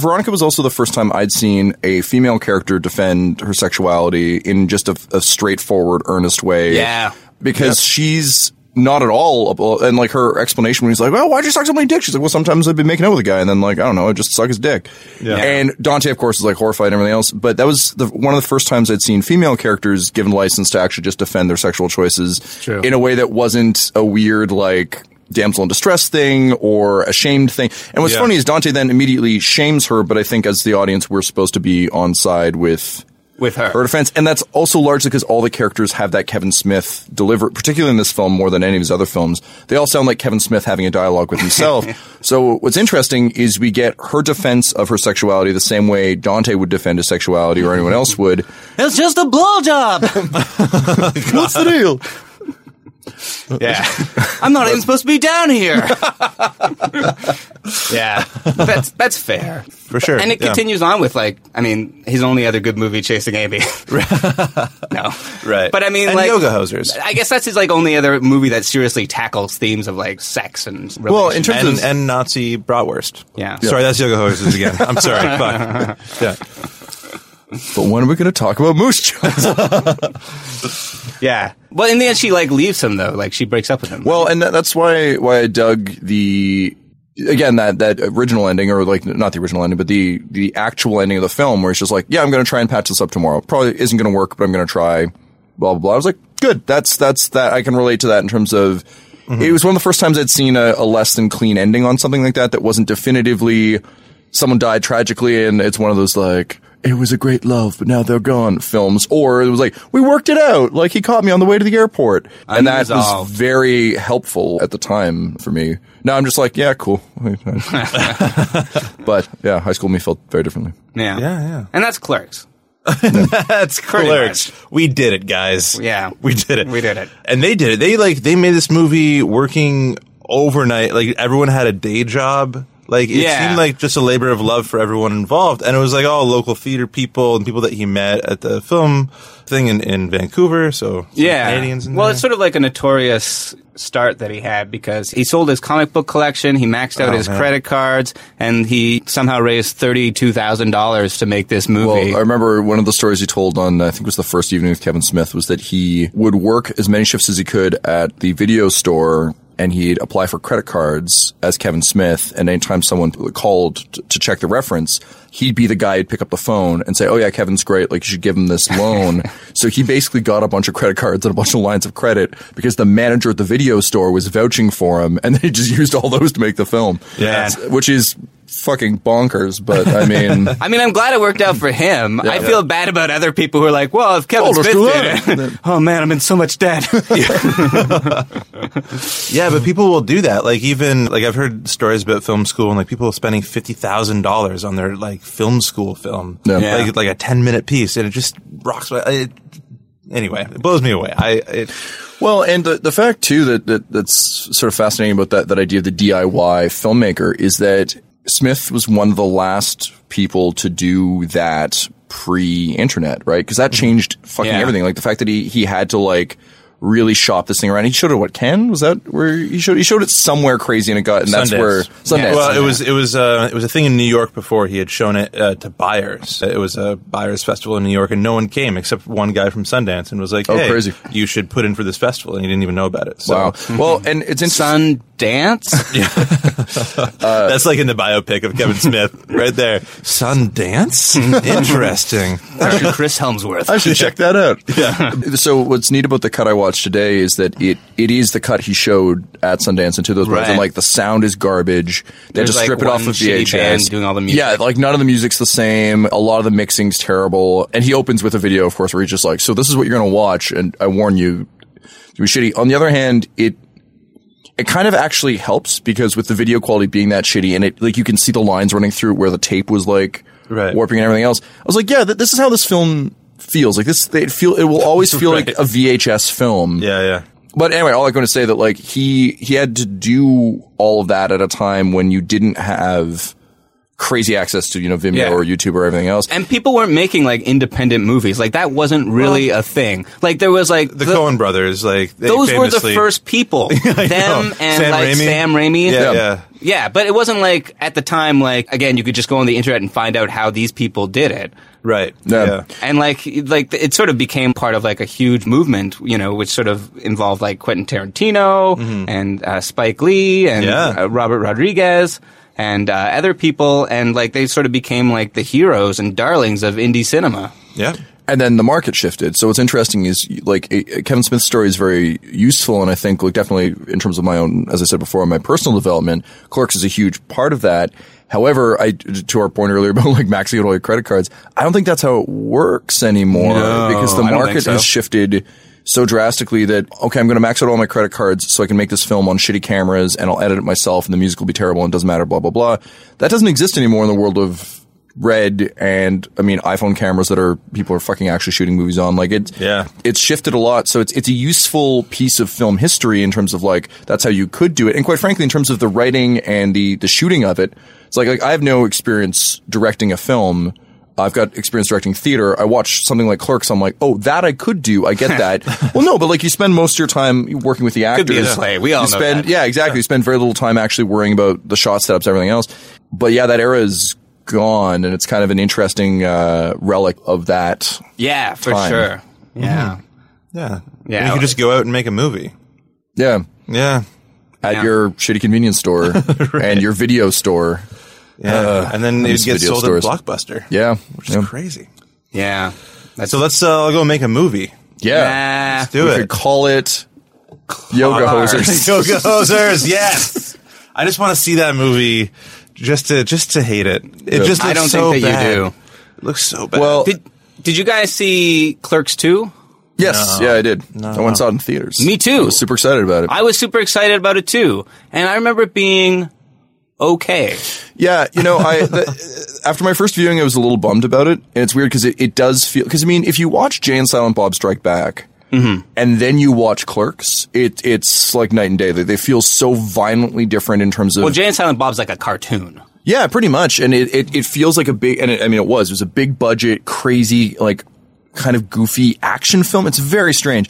Speaker 8: Veronica was also the first time I'd seen a female character defend her sexuality in just a, a straightforward, earnest way.
Speaker 6: Yeah.
Speaker 8: because she's. Not at all, abo- and like her explanation when he's like, "Well, why'd you suck so many dicks?" She's like, "Well, sometimes I've been making out with a guy, and then like I don't know, I just suck his dick."
Speaker 7: Yeah.
Speaker 8: And Dante, of course, is like horrified and everything else. But that was the, one of the first times I'd seen female characters given license to actually just defend their sexual choices
Speaker 10: True.
Speaker 8: in a way that wasn't a weird like damsel in distress thing or a shamed thing. And what's
Speaker 7: Yeah.
Speaker 8: funny is Dante then immediately shames her, but I think as the audience we're supposed to be on side with
Speaker 6: With her.
Speaker 8: her defense. And that's also largely because all the characters have that Kevin Smith deliver, particularly in this film more than any of his other films. They all sound like Kevin Smith having a dialogue with himself. so what's interesting is we get her defense of her sexuality the same way Dante would defend his sexuality or anyone else would.
Speaker 6: It's just a blowjob.
Speaker 8: What's the deal?
Speaker 6: yeah. I'm not even supposed to be down here. yeah. That's that's fair.
Speaker 7: For sure.
Speaker 6: And it
Speaker 7: Yeah.
Speaker 6: continues on with like I mean, his only other good movie chasing Amy. no.
Speaker 7: Right.
Speaker 6: But I mean
Speaker 7: And
Speaker 6: like
Speaker 7: Yoga Hosers.
Speaker 6: I guess that's his like only other movie that seriously tackles themes of like sex and
Speaker 8: Well, in
Speaker 6: relationships.
Speaker 8: terms
Speaker 7: and,
Speaker 8: of-
Speaker 7: and Nazi bratwurst.
Speaker 6: Yeah.
Speaker 7: Sorry, that's yoga hoses again. I'm sorry. Fuck. Yeah.
Speaker 8: But when are we going to talk about Moose Jaw?
Speaker 6: Yeah. Well, in the end, she like leaves him though. Like she breaks up with him.
Speaker 8: well, and that, that's why why I dug the again that that original ending or like not the original ending, but the the actual ending of the film where it's just like, yeah, I'm going to try and patch this up tomorrow. Probably isn't going to work, but I'm going to try. Blah blah blah. I was like, good. That's that's that. I can relate to that in terms of. It was one of the first times I'd seen a, a less than clean ending on something like that that wasn't definitively someone died tragically and it's one of those like it was a great love but now they're gone films or it was like we worked it out like he caught me on the way to the airport and that was
Speaker 6: Unresolved.
Speaker 8: very helpful at the time for me now i'm just like yeah cool but yeah high school me felt very differently
Speaker 6: yeah,
Speaker 7: Yeah, yeah.
Speaker 6: And that's Clerks.
Speaker 7: That's clerks. We did it, guys.
Speaker 6: Yeah.
Speaker 7: We did it.
Speaker 6: We did it.
Speaker 7: And they did it. They like they made this movie working overnight. Like everyone had a day job. Like it
Speaker 6: Yeah.
Speaker 7: seemed like just a labor of love for everyone involved. And it was like all local theater people and people that he met at the film thing in, in Vancouver. So some
Speaker 6: Yeah.
Speaker 7: Canadians in
Speaker 6: well,
Speaker 7: there.
Speaker 6: it's sort of like a notorious start that he had because he sold his comic book collection, he maxed out
Speaker 7: Oh,
Speaker 6: his
Speaker 7: man.
Speaker 6: credit cards, and he somehow raised thirty-two thousand dollars to make this movie.
Speaker 8: Well, I
Speaker 7: uh,
Speaker 8: remember one of the stories he told on, I think it was the first evening with Kevin Smith, was that he would work as many shifts as he could at the video store and he'd apply for credit cards as Kevin Smith. And anytime someone called t- to check the reference, he'd be the guy who'd pick up the phone and say, Oh, yeah, Kevin's great. Like, you should give him this loan. so he basically got a bunch of credit cards and a bunch of lines of credit because the manager at the video store was vouching for him. And they just used all those to make the film.
Speaker 7: Yeah.
Speaker 8: Which is fucking bonkers. But I mean.
Speaker 6: I mean, I'm glad it worked out for him. I
Speaker 8: Yeah.
Speaker 6: feel bad about other people who are like, "Well,
Speaker 7: Oh,
Speaker 6: if Kevin
Speaker 8: Told us
Speaker 6: Smith
Speaker 8: to
Speaker 6: did it, oh man, I'm in so much debt."
Speaker 7: Yeah, but people will do that. Like even like I've heard stories about film school and like people spending fifty thousand dollars on their like film school film,
Speaker 8: Yeah.
Speaker 6: Yeah.
Speaker 7: like like a ten minute piece, and it just rocks. My, it, anyway, it blows me away. I it,
Speaker 8: Well, and the, the fact too that, that that's sort of fascinating about that that idea of the DIY filmmaker is that Smith was one of the last people to do that pre-internet, right? Because that changed fucking
Speaker 6: Mm-hmm. Yeah.
Speaker 8: everything. Like the fact that he he had to like really shop this thing around. He showed it at, what Ken was that where he showed he showed it somewhere crazy and it got and that's
Speaker 7: Sundance.
Speaker 8: where Sundance.
Speaker 7: Well, it was it was uh, it was a thing in New York before he had shown it uh, to buyers. It was a buyers festival in New York, and no one came except one guy from Sundance, and was like,
Speaker 8: Oh,
Speaker 7: "Hey,
Speaker 8: crazy.
Speaker 7: you should put in for this festival," and he didn't even know about it. So
Speaker 8: wow. Well, and it's interesting.
Speaker 6: Sundance. Uh,
Speaker 7: That's like in the biopic of Kevin Smith, right there. Sundance, interesting.
Speaker 6: Dr. Chris Helmsworth.
Speaker 8: I should check that out. Yeah. so what's neat about the cut I watched today is that it it is the cut he showed at Sundance in 2012.
Speaker 6: Right.
Speaker 8: And like the sound is garbage. They had to
Speaker 6: There's,
Speaker 8: strip
Speaker 6: like,
Speaker 8: it off
Speaker 6: one
Speaker 8: of
Speaker 6: shitty
Speaker 8: VHS.
Speaker 6: band doing all the music.
Speaker 8: Yeah, like none of the music's the same. A lot of the mixing's terrible. And he opens with a video, of course, where he's just like, "So this is what you're going to watch." And I warn you, it was shitty. On the other hand, it it kind of actually helps because with the video quality being that shitty and it like you can see the lines running through where the tape was like
Speaker 7: Right.
Speaker 8: warping and everything else. I was like, yeah, th- this is how this film feels. Like this, they feel it will always feel like
Speaker 7: Right.
Speaker 8: a VHS film.
Speaker 7: Yeah, yeah.
Speaker 8: But anyway, all I'm going to say that like he he had to do all of that at a time when you didn't have crazy access to you know Vimeo
Speaker 6: Yeah.
Speaker 8: or YouTube or everything else.
Speaker 6: And people weren't making like independent movies. Like that wasn't really a thing. Like there was like
Speaker 7: the, Cohen brothers, like they
Speaker 6: those were the
Speaker 7: famously-
Speaker 6: first people.
Speaker 7: I
Speaker 6: Them and
Speaker 7: know. Sam
Speaker 6: like
Speaker 7: Raimi?
Speaker 6: Sam Raimi.
Speaker 7: Yeah, yeah.
Speaker 6: Yeah, but it wasn't like at the time. Like again, you could just go on the internet and find out how these people did it.
Speaker 7: right?
Speaker 8: Yeah.
Speaker 6: And like, like it sort of became part of like a huge movement, you know, which sort of involved like Quentin Tarantino and uh, Spike Lee and
Speaker 7: Mm-hmm. Yeah.
Speaker 6: uh, Robert Rodriguez and uh, other people, and like they sort of became like the heroes and darlings of indie cinema.
Speaker 7: yeah.
Speaker 8: and then the market shifted. So what's interesting is like eh, Kevin Smith's story is very useful, and I think like definitely in terms of my own, as I said before, my personal development, Clerks is a huge part of that. However, I to our point earlier about like maxing out all your credit cards, I don't think that's how it works anymore
Speaker 7: No,
Speaker 8: because the
Speaker 7: Oh, I don't think
Speaker 8: market
Speaker 7: so.
Speaker 8: has shifted so drastically that okay, I'm going to max out all my credit cards so I can make this film on shitty cameras and I'll edit it myself and the music will be terrible and it doesn't matter, blah blah blah. That doesn't exist anymore in the world of red and I mean iPhone cameras that are people are fucking actually shooting movies on. Like it,
Speaker 7: Yeah.
Speaker 8: it's shifted a lot. So it's it's a useful piece of film history in terms of like that's how you could do it, and quite frankly, in terms of the writing and the the shooting of it, it's like like I have no experience directing a film. I've got experience directing theater. I watch something like Clerks. I'm like, oh, that I could do. I get that. well, no, but like you spend most of your time working with the actors.
Speaker 6: be this way. We all
Speaker 8: you
Speaker 6: know
Speaker 8: spend,
Speaker 6: that.
Speaker 8: yeah, exactly. You spend very little time actually worrying about the shot setups, everything else. But yeah, that era is gone, and it's kind of an interesting uh, relic of that.
Speaker 6: Yeah, for
Speaker 8: Time.
Speaker 6: sure. Yeah.
Speaker 7: Yeah.
Speaker 6: Yeah.
Speaker 7: And you could just go out and make a movie.
Speaker 8: Yeah,
Speaker 7: Yeah.
Speaker 8: at
Speaker 6: Yeah.
Speaker 8: your shitty convenience store and your video store.
Speaker 7: Yeah. and then it
Speaker 8: these
Speaker 7: gets
Speaker 8: uh, video
Speaker 7: sold
Speaker 8: stores.
Speaker 7: at Blockbuster.
Speaker 8: Yeah,
Speaker 7: Which is
Speaker 8: yeah.
Speaker 7: crazy.
Speaker 6: Yeah. That's
Speaker 7: So let's uh, go make a movie.
Speaker 8: yeah.
Speaker 6: Ah.
Speaker 7: Do
Speaker 8: we
Speaker 7: it.
Speaker 8: could call it yoga
Speaker 6: Cars.
Speaker 8: hosers.
Speaker 7: Yoga hosers. Yes. I just want to see that movie just to just to hate it. It
Speaker 8: Yeah.
Speaker 7: just looks
Speaker 6: I don't
Speaker 7: so
Speaker 6: think that
Speaker 7: bad.
Speaker 6: you do.
Speaker 7: It looks so bad.
Speaker 8: Well-
Speaker 6: Did, did you guys see Clerks 2?
Speaker 8: Yes, yeah, I did. I went and saw it in theaters.
Speaker 6: Me too.
Speaker 8: I was super excited about it.
Speaker 6: I was super excited about it too. And I remember it being okay.
Speaker 8: Yeah, you know, I the, after my first viewing, I was a little bummed about it, and it's weird because it, it does feel because I mean, if you watch Jay and Silent Bob Strike Back, and then you watch Clerks, it it's like night and day. They, they feel so violently different in terms of
Speaker 6: Well, Jay and Silent Bob's like a cartoon.
Speaker 8: yeah, pretty much, and it it, it feels like a big and it, I mean, it was it was a big budget, crazy like kind of goofy action film. It's very strange,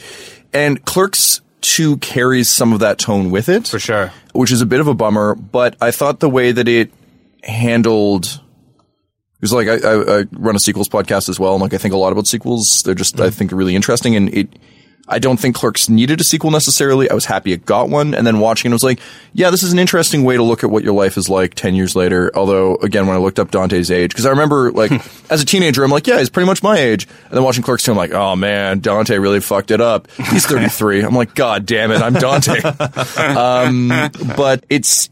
Speaker 8: and Clerks. 2 carries some of that tone with it. For
Speaker 6: sure.
Speaker 8: Which is a bit of a bummer, but I thought the way that it handled Because like I, I, I run a sequels podcast as well, and like I think a lot about sequels. They're just I think really interesting, and it. I don't think Clerks needed a sequel necessarily. I was happy it got one, and then watching it, I was like, yeah, this is an interesting way to look at what your life is like ten years later. Although again, when I looked up Dante's age, because I remember like as a teenager, I'm like, yeah, he's pretty much my age, and then watching Clerks two, I'm like, oh man, Dante really fucked it up. He's 33. I'm like, god damn it, I'm Dante. um, but it's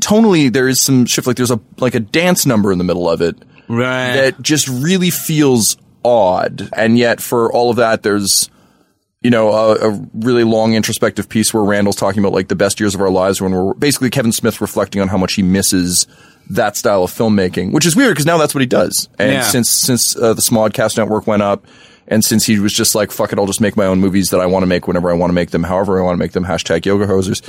Speaker 8: tonally there is some shift. Like there's a like a dance number in the middle of it
Speaker 6: Right.
Speaker 8: that just really feels odd. And yet, for all of that, there's you know a, a really long introspective piece where Randall's talking about like the best years of our lives when we're basically Kevin Smith reflecting on how much he misses that style of filmmaking, which is weird because now that's what he does. And
Speaker 6: Yeah.
Speaker 8: since since uh, the Smodcast Network went up. And since he was just like, fuck it, I'll just make my own movies that I want to make whenever I want to make them, however I want to make them, hashtag yoga hosers.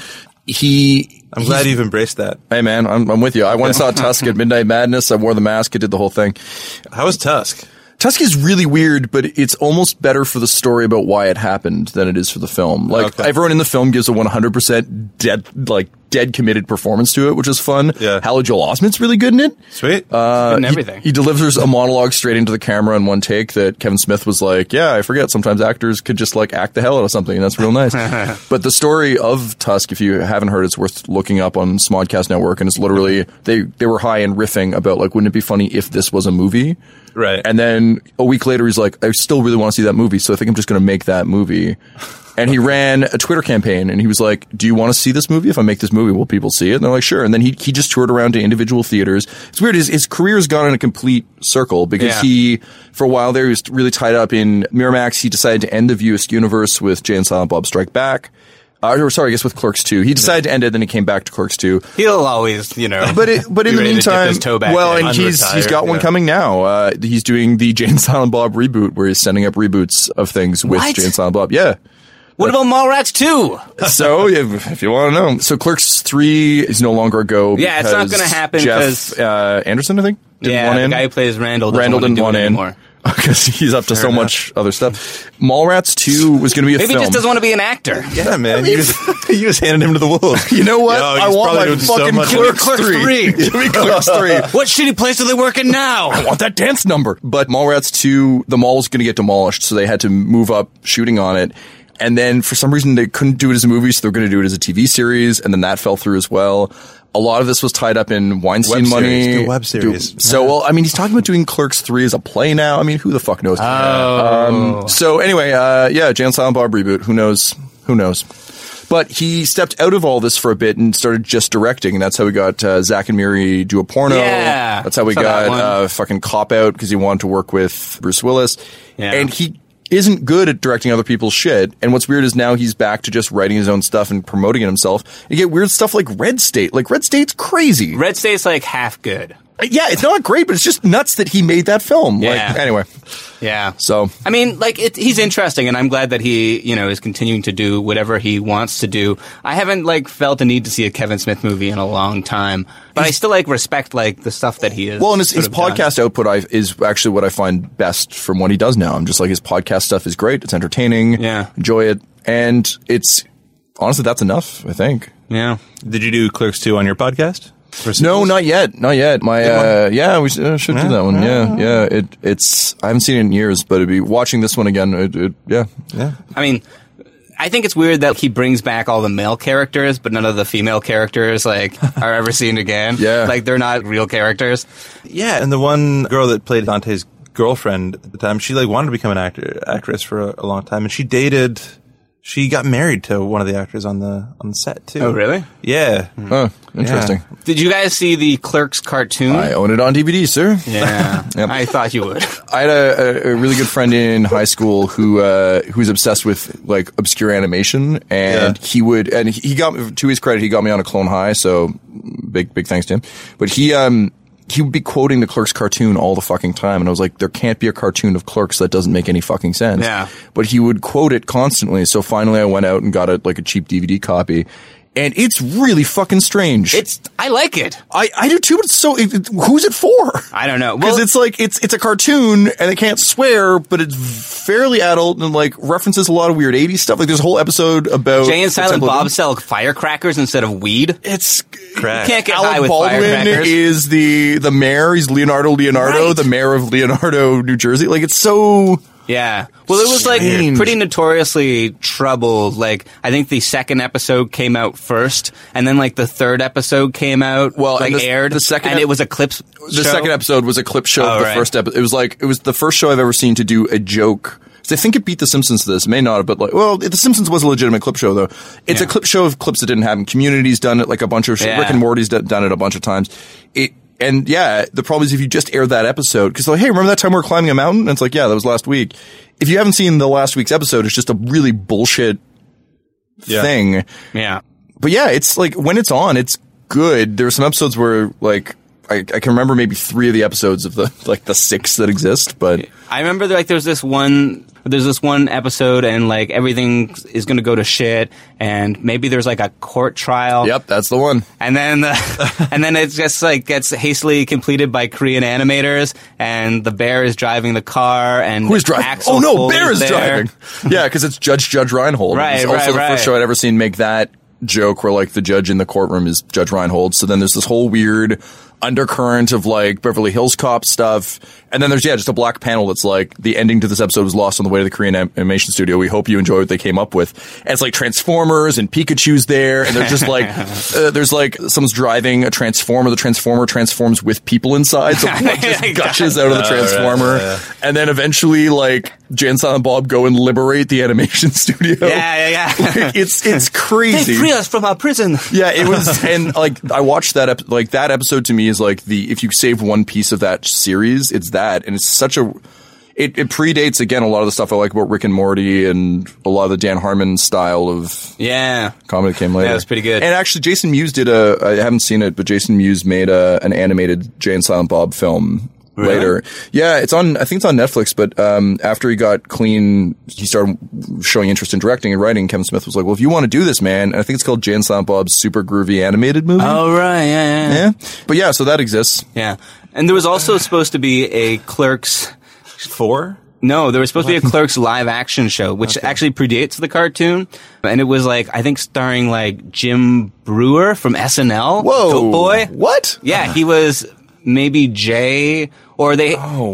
Speaker 8: He,
Speaker 7: I'm glad you've embraced that.
Speaker 8: hey man, I'm, I'm with you. I once saw Tusk at Midnight Madness. I wore the mask. I did the whole thing.
Speaker 7: How is Tusk?
Speaker 8: Tusk is really weird, but it's almost better for the story about why it happened than it is for the film. Like
Speaker 7: Okay.
Speaker 8: everyone in the film gives a 100% dead, like dead committed performance to it, which is fun.
Speaker 7: Yeah.
Speaker 8: Hal Joel Osment's really good in it.
Speaker 7: Sweet.
Speaker 8: Uh,
Speaker 6: and
Speaker 8: he-
Speaker 6: everything.
Speaker 8: He, delivers a monologue straight into the camera in one take that Kevin Smith was like, "Yeah, I forget. Sometimes actors could just like act the hell out of something, and that's real nice." but the story of Tusk, if you haven't heard, it's worth looking up on Smodcast Network, and it's literally they they were high and riffing about like, wouldn't it be funny if this was a movie?
Speaker 7: Right.
Speaker 8: And then a week later, he's like, "I still really want to see that movie, so I think I'm just going to make that movie." And he ran a Twitter campaign and he was like, Do you want to see this movie? If I make this movie, will people see it? And they're like, Sure. And then he, he just toured around to individual theaters. It's weird. His, his career's gone in a complete circle because
Speaker 6: Yeah.
Speaker 8: he, for a while there, he was really tied up in Miramax. He decided to end the Viewist universe with Jay and Silent Bob Strike Back. Uh, or sorry, I guess with Clerks 2. He decided to end it, then he came back to Clerks 2
Speaker 6: He'll always, you know.
Speaker 8: but it, but in
Speaker 6: be
Speaker 8: the
Speaker 6: ready to dip
Speaker 8: meantime,
Speaker 6: his toe back
Speaker 8: well,
Speaker 6: in.
Speaker 8: and he's
Speaker 7: Unretire,
Speaker 8: he's got one
Speaker 7: yeah.
Speaker 8: coming now. Uh, he's doing the Jane Silent Bob reboot, where he's sending up reboots of things with
Speaker 6: What?
Speaker 8: Jane Silent Bob. Yeah,
Speaker 6: What about Mallrats 2?
Speaker 8: so if, if you want to know, so Clerks three is no longer a go.
Speaker 6: Yeah, it's not
Speaker 8: because
Speaker 6: gonna happen
Speaker 8: Jeff
Speaker 6: 'cause-
Speaker 8: uh, Anderson, I think, didn't
Speaker 6: Yeah,
Speaker 8: want
Speaker 6: the
Speaker 8: in.
Speaker 6: guy who plays Randall doesn't
Speaker 8: Randall
Speaker 6: wanna
Speaker 8: didn't
Speaker 6: do it
Speaker 8: want in
Speaker 6: anymore.
Speaker 8: because he's up to so much other stuff. Mallrats two was going to be a
Speaker 6: Maybe he
Speaker 8: film.
Speaker 6: just doesn't want to be an actor.
Speaker 7: Yeah, man. You just, you just handed him to the wolves.
Speaker 8: you know what?
Speaker 7: Yo, he's
Speaker 8: I want
Speaker 7: probably
Speaker 8: my
Speaker 7: doing so
Speaker 8: fucking
Speaker 7: much-
Speaker 8: Clerks,
Speaker 6: Clerks
Speaker 8: three.
Speaker 6: three.
Speaker 8: Give me Clerks three.
Speaker 6: What shitty place are they working now?
Speaker 8: I want that dance number. But Mallrats 2, the mall was going to get demolished, so they had to move up shooting on it. And then for some reason, they couldn't do it as a movie, so they were going to do it as a TV series, and then that fell through as well. A lot of this was tied up in Weinstein
Speaker 7: Web
Speaker 8: money.
Speaker 7: series. Do web series.
Speaker 8: so, well, I mean, he's talking about doing Clerks 3 as a play now. I mean, who the fuck knows?
Speaker 6: Oh.
Speaker 8: Um, so, anyway, uh, yeah, Jan Silent Bob reboot. Who knows? Who knows? But he stepped out of all this for a bit and started just directing, and that's how we got uh, Zach and Miri do a porno.
Speaker 6: Yeah,
Speaker 8: that's how we
Speaker 6: saw that
Speaker 8: got
Speaker 6: one.
Speaker 8: uh, fucking cop out because he wanted to work with Bruce Willis,
Speaker 6: Yeah.
Speaker 8: and he isn't good at directing other people's shit. And what's weird is now he's back to just writing his own stuff and promoting it himself. You get weird stuff like Red State. Like Red State's crazy.
Speaker 6: Red State's like half good.
Speaker 8: yeah, it's not great, but it's just nuts that he made that film.
Speaker 6: Yeah.
Speaker 8: Like anyway,
Speaker 6: Yeah.
Speaker 8: so
Speaker 6: I mean, like it, he's interesting, and I'm glad that he, you know, is continuing to do whatever he wants to do. I haven't like felt a need to see a Kevin Smith movie in a long time, but I still like respect like the stuff that he is.
Speaker 8: Well, and his,
Speaker 6: sort
Speaker 8: his
Speaker 6: of done.
Speaker 8: podcast output I, is actually what I find best from what he does now. I'm just like his podcast stuff is great. It's entertaining.
Speaker 6: Yeah.
Speaker 8: enjoy it, and it's honestly that's enough. I think.
Speaker 6: Yeah.
Speaker 7: Did you do Clerks 2 on your podcast? For
Speaker 8: No,
Speaker 7: sequels?
Speaker 8: not yet. Not yet. My uh, yeah, we sh- uh, should do that one. Yeah, yeah. It it's I haven't seen it in years, but it'd be watching this one again. It, it, yeah,
Speaker 7: Yeah.
Speaker 6: I mean, I think it's weird that he brings back all the male characters, but none of the female characters like are ever seen again.
Speaker 8: Yeah.
Speaker 6: like they're not real characters.
Speaker 7: Yeah, and the one girl that played Dante's girlfriend at the time, she like wanted to become an actor actress for a, a long time, and she dated. She got married to one of the actors on the on the set too.
Speaker 6: Oh, really?
Speaker 7: Yeah.
Speaker 8: Hmm. Huh, interesting.
Speaker 6: Did you guys see the Clerks cartoon?
Speaker 8: I own it on DVD, sir.
Speaker 6: yeah,
Speaker 8: Yep.
Speaker 6: I thought you would.
Speaker 8: I had a, a, a really good friend in high school who uh, who was obsessed with like obscure animation, and
Speaker 7: Yeah.
Speaker 8: he would and he got to his credit, he got me on a Clone High, so big big thanks to him. But he um he would be quoting the Clerks cartoon all the fucking time, and I was like, there can't be a cartoon of Clerks that doesn't make any fucking sense.
Speaker 6: Yeah.
Speaker 8: But he would quote it constantly, so finally I went out and got it like a cheap DVD copy. And it's really fucking strange.
Speaker 6: It's I like it.
Speaker 8: I, I do too, but it's so. It, it- who's it for?
Speaker 6: I don't know.
Speaker 8: because
Speaker 6: Well-
Speaker 8: it's like it's it's a cartoon and they can't swear, but it's fairly adult and like references a lot of weird 80s stuff. Like there's a whole episode about
Speaker 6: Jay and
Speaker 8: the
Speaker 6: Silent
Speaker 8: Temple of
Speaker 6: Bob
Speaker 8: Doom.
Speaker 6: sell firecrackers instead of weed.
Speaker 8: It's
Speaker 7: Crack.
Speaker 6: Can't get high
Speaker 8: Alec
Speaker 6: with
Speaker 8: Baldwin
Speaker 6: firecrackers.
Speaker 8: is the the mayor. He's Leonardo Leonardo,
Speaker 6: Right.
Speaker 8: the mayor of Leonardo, New Jersey. Like it's so
Speaker 6: yeah. Well, it was like
Speaker 8: Strange.
Speaker 6: pretty notoriously troubled. Like I think the second episode came out first, and then like the third episode came out.
Speaker 8: Well,
Speaker 6: like
Speaker 8: and the-
Speaker 6: aired
Speaker 8: the second
Speaker 6: and
Speaker 8: ep-
Speaker 6: it was a clips.
Speaker 8: the second episode was a clip show
Speaker 6: Oh,
Speaker 8: of the
Speaker 6: right.
Speaker 8: first episode. It was like it was the first show I've ever seen to do a joke. So I think it beat The Simpsons to this. It may not, have, but like, well, The Simpsons was a legitimate clip show though. It's a
Speaker 6: Yeah.
Speaker 8: clip show of clips that didn't happen. Community's done it like a bunch of sh-
Speaker 6: Yeah.
Speaker 8: Rick and Morty's d- done it a bunch of times. It and yeah, the problem is if you just air that episode because like, hey, remember that time we were climbing a mountain? And it's like, yeah, that was last week. If you haven't seen the last week's episode, it's just a really bullshit
Speaker 7: Yeah.
Speaker 8: thing
Speaker 6: Yeah.
Speaker 8: but yeah, it's like when it's on, it's good. There were some episodes where like I, I can remember maybe three of the episodes of the like the six that exist, but
Speaker 6: I remember like there's this one there's this one episode and like everything is going to go to shit and maybe there's like a court trial
Speaker 8: yep, that's the one.
Speaker 6: and then the, and then it just like gets hastily completed by Korean animators, and the bear is driving the car, and
Speaker 8: Who is driving?
Speaker 6: Axel
Speaker 8: oh no,
Speaker 6: Foley's
Speaker 8: Bear is
Speaker 6: there.
Speaker 8: driving. yeah, because it's Judge Judge Reinhold.
Speaker 6: Right,
Speaker 8: it's also
Speaker 6: right,
Speaker 8: the
Speaker 6: right.
Speaker 8: first show I'd ever seen make that joke where like the judge in the courtroom is Judge Reinhold. So then there's this whole weird undercurrent of like Beverly Hills Cop stuff, and then there's yeah, just a black panel that's like the ending to this episode was lost on the way to the Korean anim- animation studio. We hope you enjoy what they came up with. And it's like Transformers and Pikachu's there, and they're just like uh, there's like someone's driving a transformer. The transformer transforms with people inside, so blood just gushes out of the transformer. And then eventually, like Jan Silent Bob go and liberate the animation studio.
Speaker 6: Yeah, yeah, yeah.
Speaker 8: Like, it's it's
Speaker 6: They
Speaker 8: crazy.
Speaker 6: free us from our prison.
Speaker 8: Yeah, it was, and like I watched that ep- like that episode to me is like the if you save one piece of that series, it's that, and it's such a. It, it predates again a lot of the stuff I like about Rick and Morty and a lot of the Dan Harmon style of
Speaker 6: Yeah,
Speaker 8: comedy that came later.
Speaker 6: Yeah, it's pretty good.
Speaker 8: And actually, Jason Mewes did a. I haven't seen it, but Jason Mewes made a an animated Jay and Silent Bob film. later. Yeah, it's on. I think it's on Netflix. But um, after he got clean, he started showing interest in directing and writing. Kevin Smith was like, "Well, if you want to do this, man," and I think it's called Jan Silent Bob's super groovy animated movie.
Speaker 6: Oh right, yeah, yeah,
Speaker 8: yeah. But yeah, so that exists.
Speaker 6: Yeah, and there was also supposed to be a Clerks
Speaker 7: four.
Speaker 6: No, there was supposed to be a Clerks live action show, which actually predates the cartoon, and it was like I think starring like Jim Brewer from SNL.
Speaker 8: Whoa,
Speaker 6: Goat boy,
Speaker 8: What?
Speaker 6: Yeah, he was maybe Jay, or they. He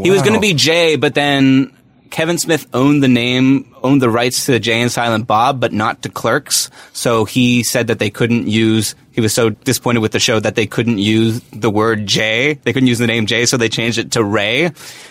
Speaker 6: was
Speaker 8: wow.
Speaker 6: going to be Jay, but then Kevin Smith owned the name, owned the rights to Jay and Silent Bob, but not to Clerks. So he said that they couldn't use. He was so disappointed with the show that they couldn't use the word Jay. They couldn't use the name Jay, so they changed it to Ray.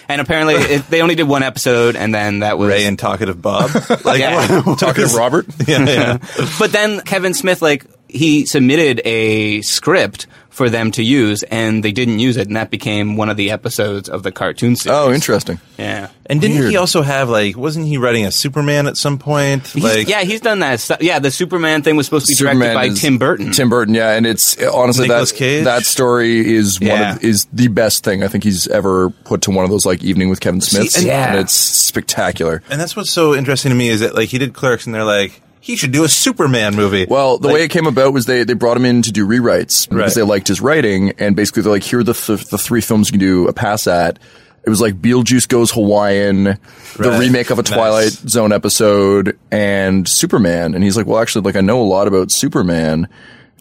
Speaker 6: And apparently, it, they only did one episode, and then that was
Speaker 7: Ray and talkative Bob. Like
Speaker 6: Yeah.
Speaker 8: Talking to Robert.
Speaker 7: yeah, yeah.
Speaker 6: but then Kevin Smith, like, he submitted a script for them to use, and they didn't use it, and that became one of the episodes of the cartoon series.
Speaker 8: Oh, interesting.
Speaker 6: yeah.
Speaker 7: And didn't
Speaker 8: Weird.
Speaker 7: he also have like? Wasn't he writing a Superman at some point?
Speaker 6: He's-
Speaker 7: like,
Speaker 6: yeah, he's done that. stuff. Yeah, the Superman thing was supposed to be
Speaker 8: Superman
Speaker 6: directed by
Speaker 8: is-
Speaker 6: Tim Burton.
Speaker 8: Tim Burton, yeah, and it's honestly
Speaker 7: Nicolas
Speaker 8: that
Speaker 7: Cage?
Speaker 8: that story is
Speaker 6: Yeah.
Speaker 8: one of, is the best thing I think he's ever put to one of those like evening with Kevin Smith,
Speaker 6: and-
Speaker 8: and
Speaker 6: Yeah.
Speaker 8: it's spectacular.
Speaker 7: and that's what's so interesting to me is that like he did Clerks, and they're like he should do a Superman movie.
Speaker 8: Well, the way it came about was they, they brought him in to do rewrites because
Speaker 7: Right.
Speaker 8: they liked his writing, and basically they're like, here are the th- the three films you can do a pass at. It was like Beetlejuice Goes Hawaiian, the
Speaker 7: Right.
Speaker 8: remake of a
Speaker 7: Nice.
Speaker 8: Twilight Zone episode, and Superman. And he's like, well, actually, like I know a lot about Superman,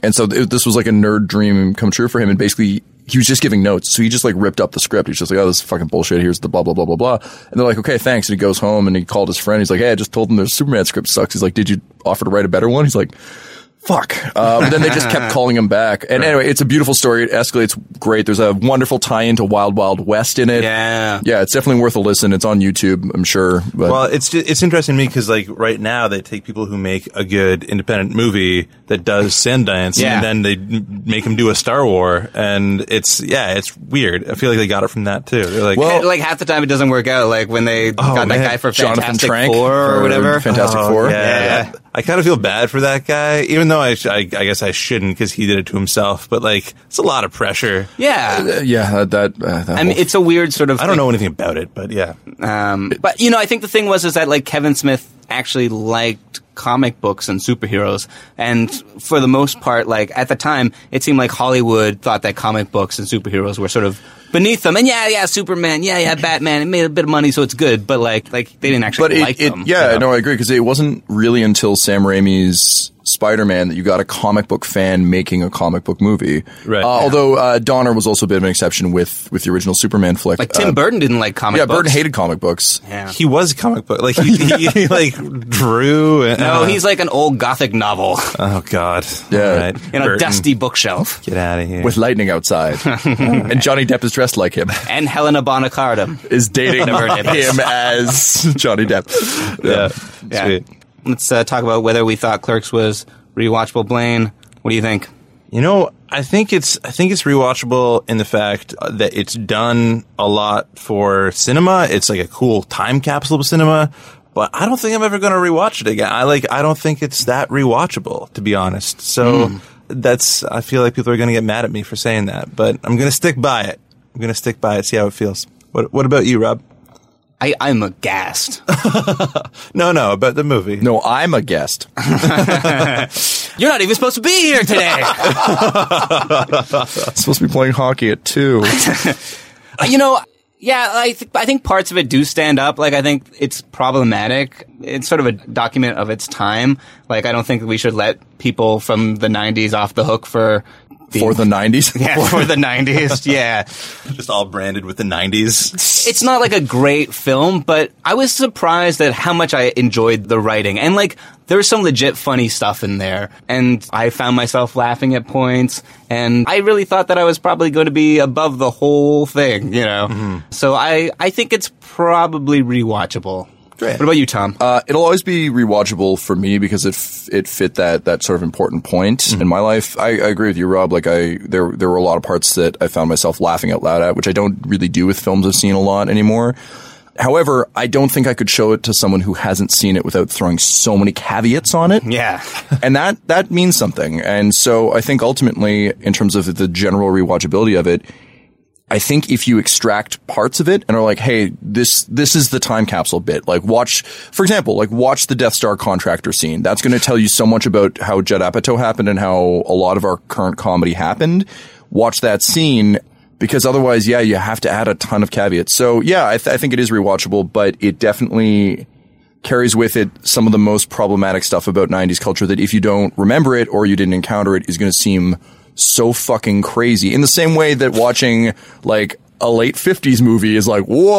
Speaker 8: and so th- this was like a nerd dream come true for him. And basically, he was just giving notes, so he just like ripped up the script. He's just like, oh, this is fucking bullshit. Here's the blah blah blah blah blah. And they're like, okay, thanks. And he goes home and he called his friend. He's like, hey, I just told them their Superman script sucks. He's like, did you offer to write a better one? He's like fuck. Uh, but then they just kept calling him back. And anyway, it's a beautiful story. It escalates great. There's a wonderful tie into Wild Wild West in it.
Speaker 6: Yeah.
Speaker 8: Yeah, it's definitely worth a listen. It's on YouTube, I'm sure. But
Speaker 7: Well, it's ju- it's interesting to me because like right now they take people who make a good independent movie that does Sundance,
Speaker 6: Yeah.
Speaker 7: and then they m- make them do a Star War, and it's yeah, it's weird. I feel like they got it from that too. They're like, oh,
Speaker 8: Well- Oh,
Speaker 6: And, like half the time it doesn't work out. Like when they got
Speaker 7: man.
Speaker 6: that guy for
Speaker 8: Jonathan
Speaker 6: Fantastic
Speaker 8: Trank
Speaker 6: Four
Speaker 8: for
Speaker 6: or whatever.
Speaker 8: Fantastic
Speaker 7: oh,
Speaker 8: Four.
Speaker 7: yeah,
Speaker 6: Yeah.
Speaker 7: I kind of feel bad for that guy, even though I sh- I, I guess I shouldn't because he did it to himself. But like, it's a lot of pressure.
Speaker 6: yeah.
Speaker 8: Uh, yeah, that. that, uh, that
Speaker 6: I mean,
Speaker 8: whole-
Speaker 6: it's a weird sort of.
Speaker 7: I don't know anything about it, but yeah,
Speaker 6: Um, but you know, I think the thing was is that like Kevin Smith actually liked comic books and superheroes, and for the most part, like at the time, it seemed like Hollywood thought that comic books and superheroes were sort of beneath them. And yeah, yeah, Superman, yeah, yeah, Batman, it made a bit of money, so it's good. But like, like they didn't actually
Speaker 8: but it,
Speaker 6: like
Speaker 8: it-
Speaker 6: them.
Speaker 8: yeah, no, I agree because it wasn't really until Sam Raimi's Spider-Man that you got a comic book fan making a comic book movie.
Speaker 7: Right.
Speaker 8: Uh, Although uh, Donner was also a bit of an exception with with the original Superman flick.
Speaker 6: Like Tim
Speaker 8: Uh,
Speaker 6: Burton didn't like comic
Speaker 8: yeah,
Speaker 6: books.
Speaker 8: Burton hated comic books.
Speaker 6: Yeah.
Speaker 7: he was a comic book. Like he, he, like drew. And,
Speaker 6: no,
Speaker 7: uh,
Speaker 6: he's like an old gothic novel
Speaker 7: oh god,
Speaker 8: Yeah.
Speaker 7: All right.
Speaker 6: in a
Speaker 7: Burton,
Speaker 6: dusty bookshelf.
Speaker 7: Get out of here.
Speaker 8: with lightning outside, and Johnny Depp is dressed like him,
Speaker 6: And Helena Bonacardum.
Speaker 8: is dating
Speaker 6: Never heard of it.
Speaker 8: him as Johnny Depp.
Speaker 7: yeah,
Speaker 6: Yeah.
Speaker 7: Sweet.
Speaker 6: Let's uh, talk about whether we thought Clerks was rewatchable. Blaine, what do you think?
Speaker 7: You know, I think it's I think it's rewatchable in the fact that it's done a lot for cinema. It's like a cool time capsule of cinema, but I don't think I'm ever going to rewatch it again. I like I don't think it's that rewatchable to be honest. So
Speaker 6: Hmm.
Speaker 7: that's I feel like people are going to get mad at me for saying that, but I'm going to stick by it. I'm going to stick by it. See how it feels. What What about you, Rob?
Speaker 6: I, I'm aghast.
Speaker 7: No, no, about the movie.
Speaker 8: No, I'm a guest.
Speaker 6: You're not even supposed to be here today.
Speaker 8: I'm supposed to be playing hockey at two.
Speaker 6: you know, yeah, I, th- I think parts of it do stand up. Like, I think it's problematic. It's sort of a document of its time. Like, I don't think we should let people from the 90s off the hook for.
Speaker 8: For the nineties,
Speaker 6: Yeah, for the 90s. Yeah.
Speaker 7: Just all branded with the '90s.
Speaker 6: it's not like a great film, but I was surprised at how much I enjoyed the writing. And like, there's some legit funny stuff in there. And I found myself laughing at points. And I really thought that I was probably going to be above the whole thing, you know? So I, I think it's probably rewatchable. What about you, Tom?
Speaker 8: Uh, it'll always be rewatchable for me because it f- it fit that that sort of important point in my life. I, I agree with you, Rob. Like I there there were a lot of parts that I found myself laughing out loud at, which I don't really do with films I've seen a lot anymore. However, I don't think I could show it to someone who hasn't seen it without throwing so many caveats on it.
Speaker 6: yeah.
Speaker 8: and that that means something. And so I think ultimately, in terms of the general rewatchability of it, I I think if you extract parts of it and are like, hey, this this is the time capsule bit. Like watch, for example, like watch the Death Star contractor scene. That's going to tell you so much about how Judd Apatow happened and how a lot of our current comedy happened. Watch that scene because otherwise, yeah, you have to add a ton of caveats. So yeah, I, th- I think it is rewatchable, but it definitely carries with it some of the most problematic stuff about 90s culture that if you don't remember it or you didn't encounter it is going to seem so fucking crazy in the same way that watching like a late 50s movie is like whoa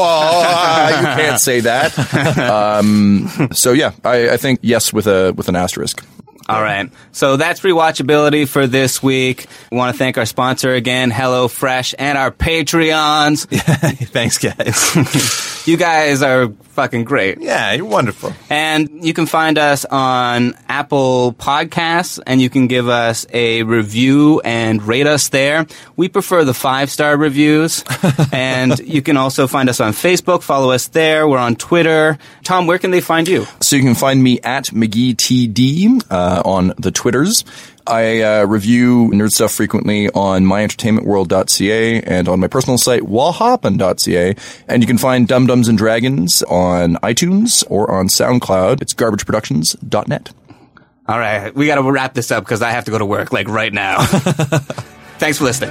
Speaker 8: you can't say that um, so yeah I, I think yes with a with an asterisk
Speaker 6: All right. So that's rewatchability for this week. We want to thank our sponsor again, HelloFresh, and our Patreons.
Speaker 7: Thanks, guys.
Speaker 6: you guys are fucking great.
Speaker 7: Yeah, you're wonderful.
Speaker 6: And you can find us on Apple Podcasts, and you can give us a review and rate us there. We prefer the five star reviews. and you can also find us on Facebook, follow us there. We're on Twitter. Tom, where can they find you?
Speaker 8: So you can find me at McGeeTD uh, on the Twitters. I uh, review nerd stuff frequently on myentertainmentworld.ca and on my personal site, wallhoppin.ca. And you can find Dum Dums and Dragons on iTunes or on SoundCloud. It's garbageproductions.net.
Speaker 6: All right, we got to wrap this up because I have to go to work like right now. Thanks for listening.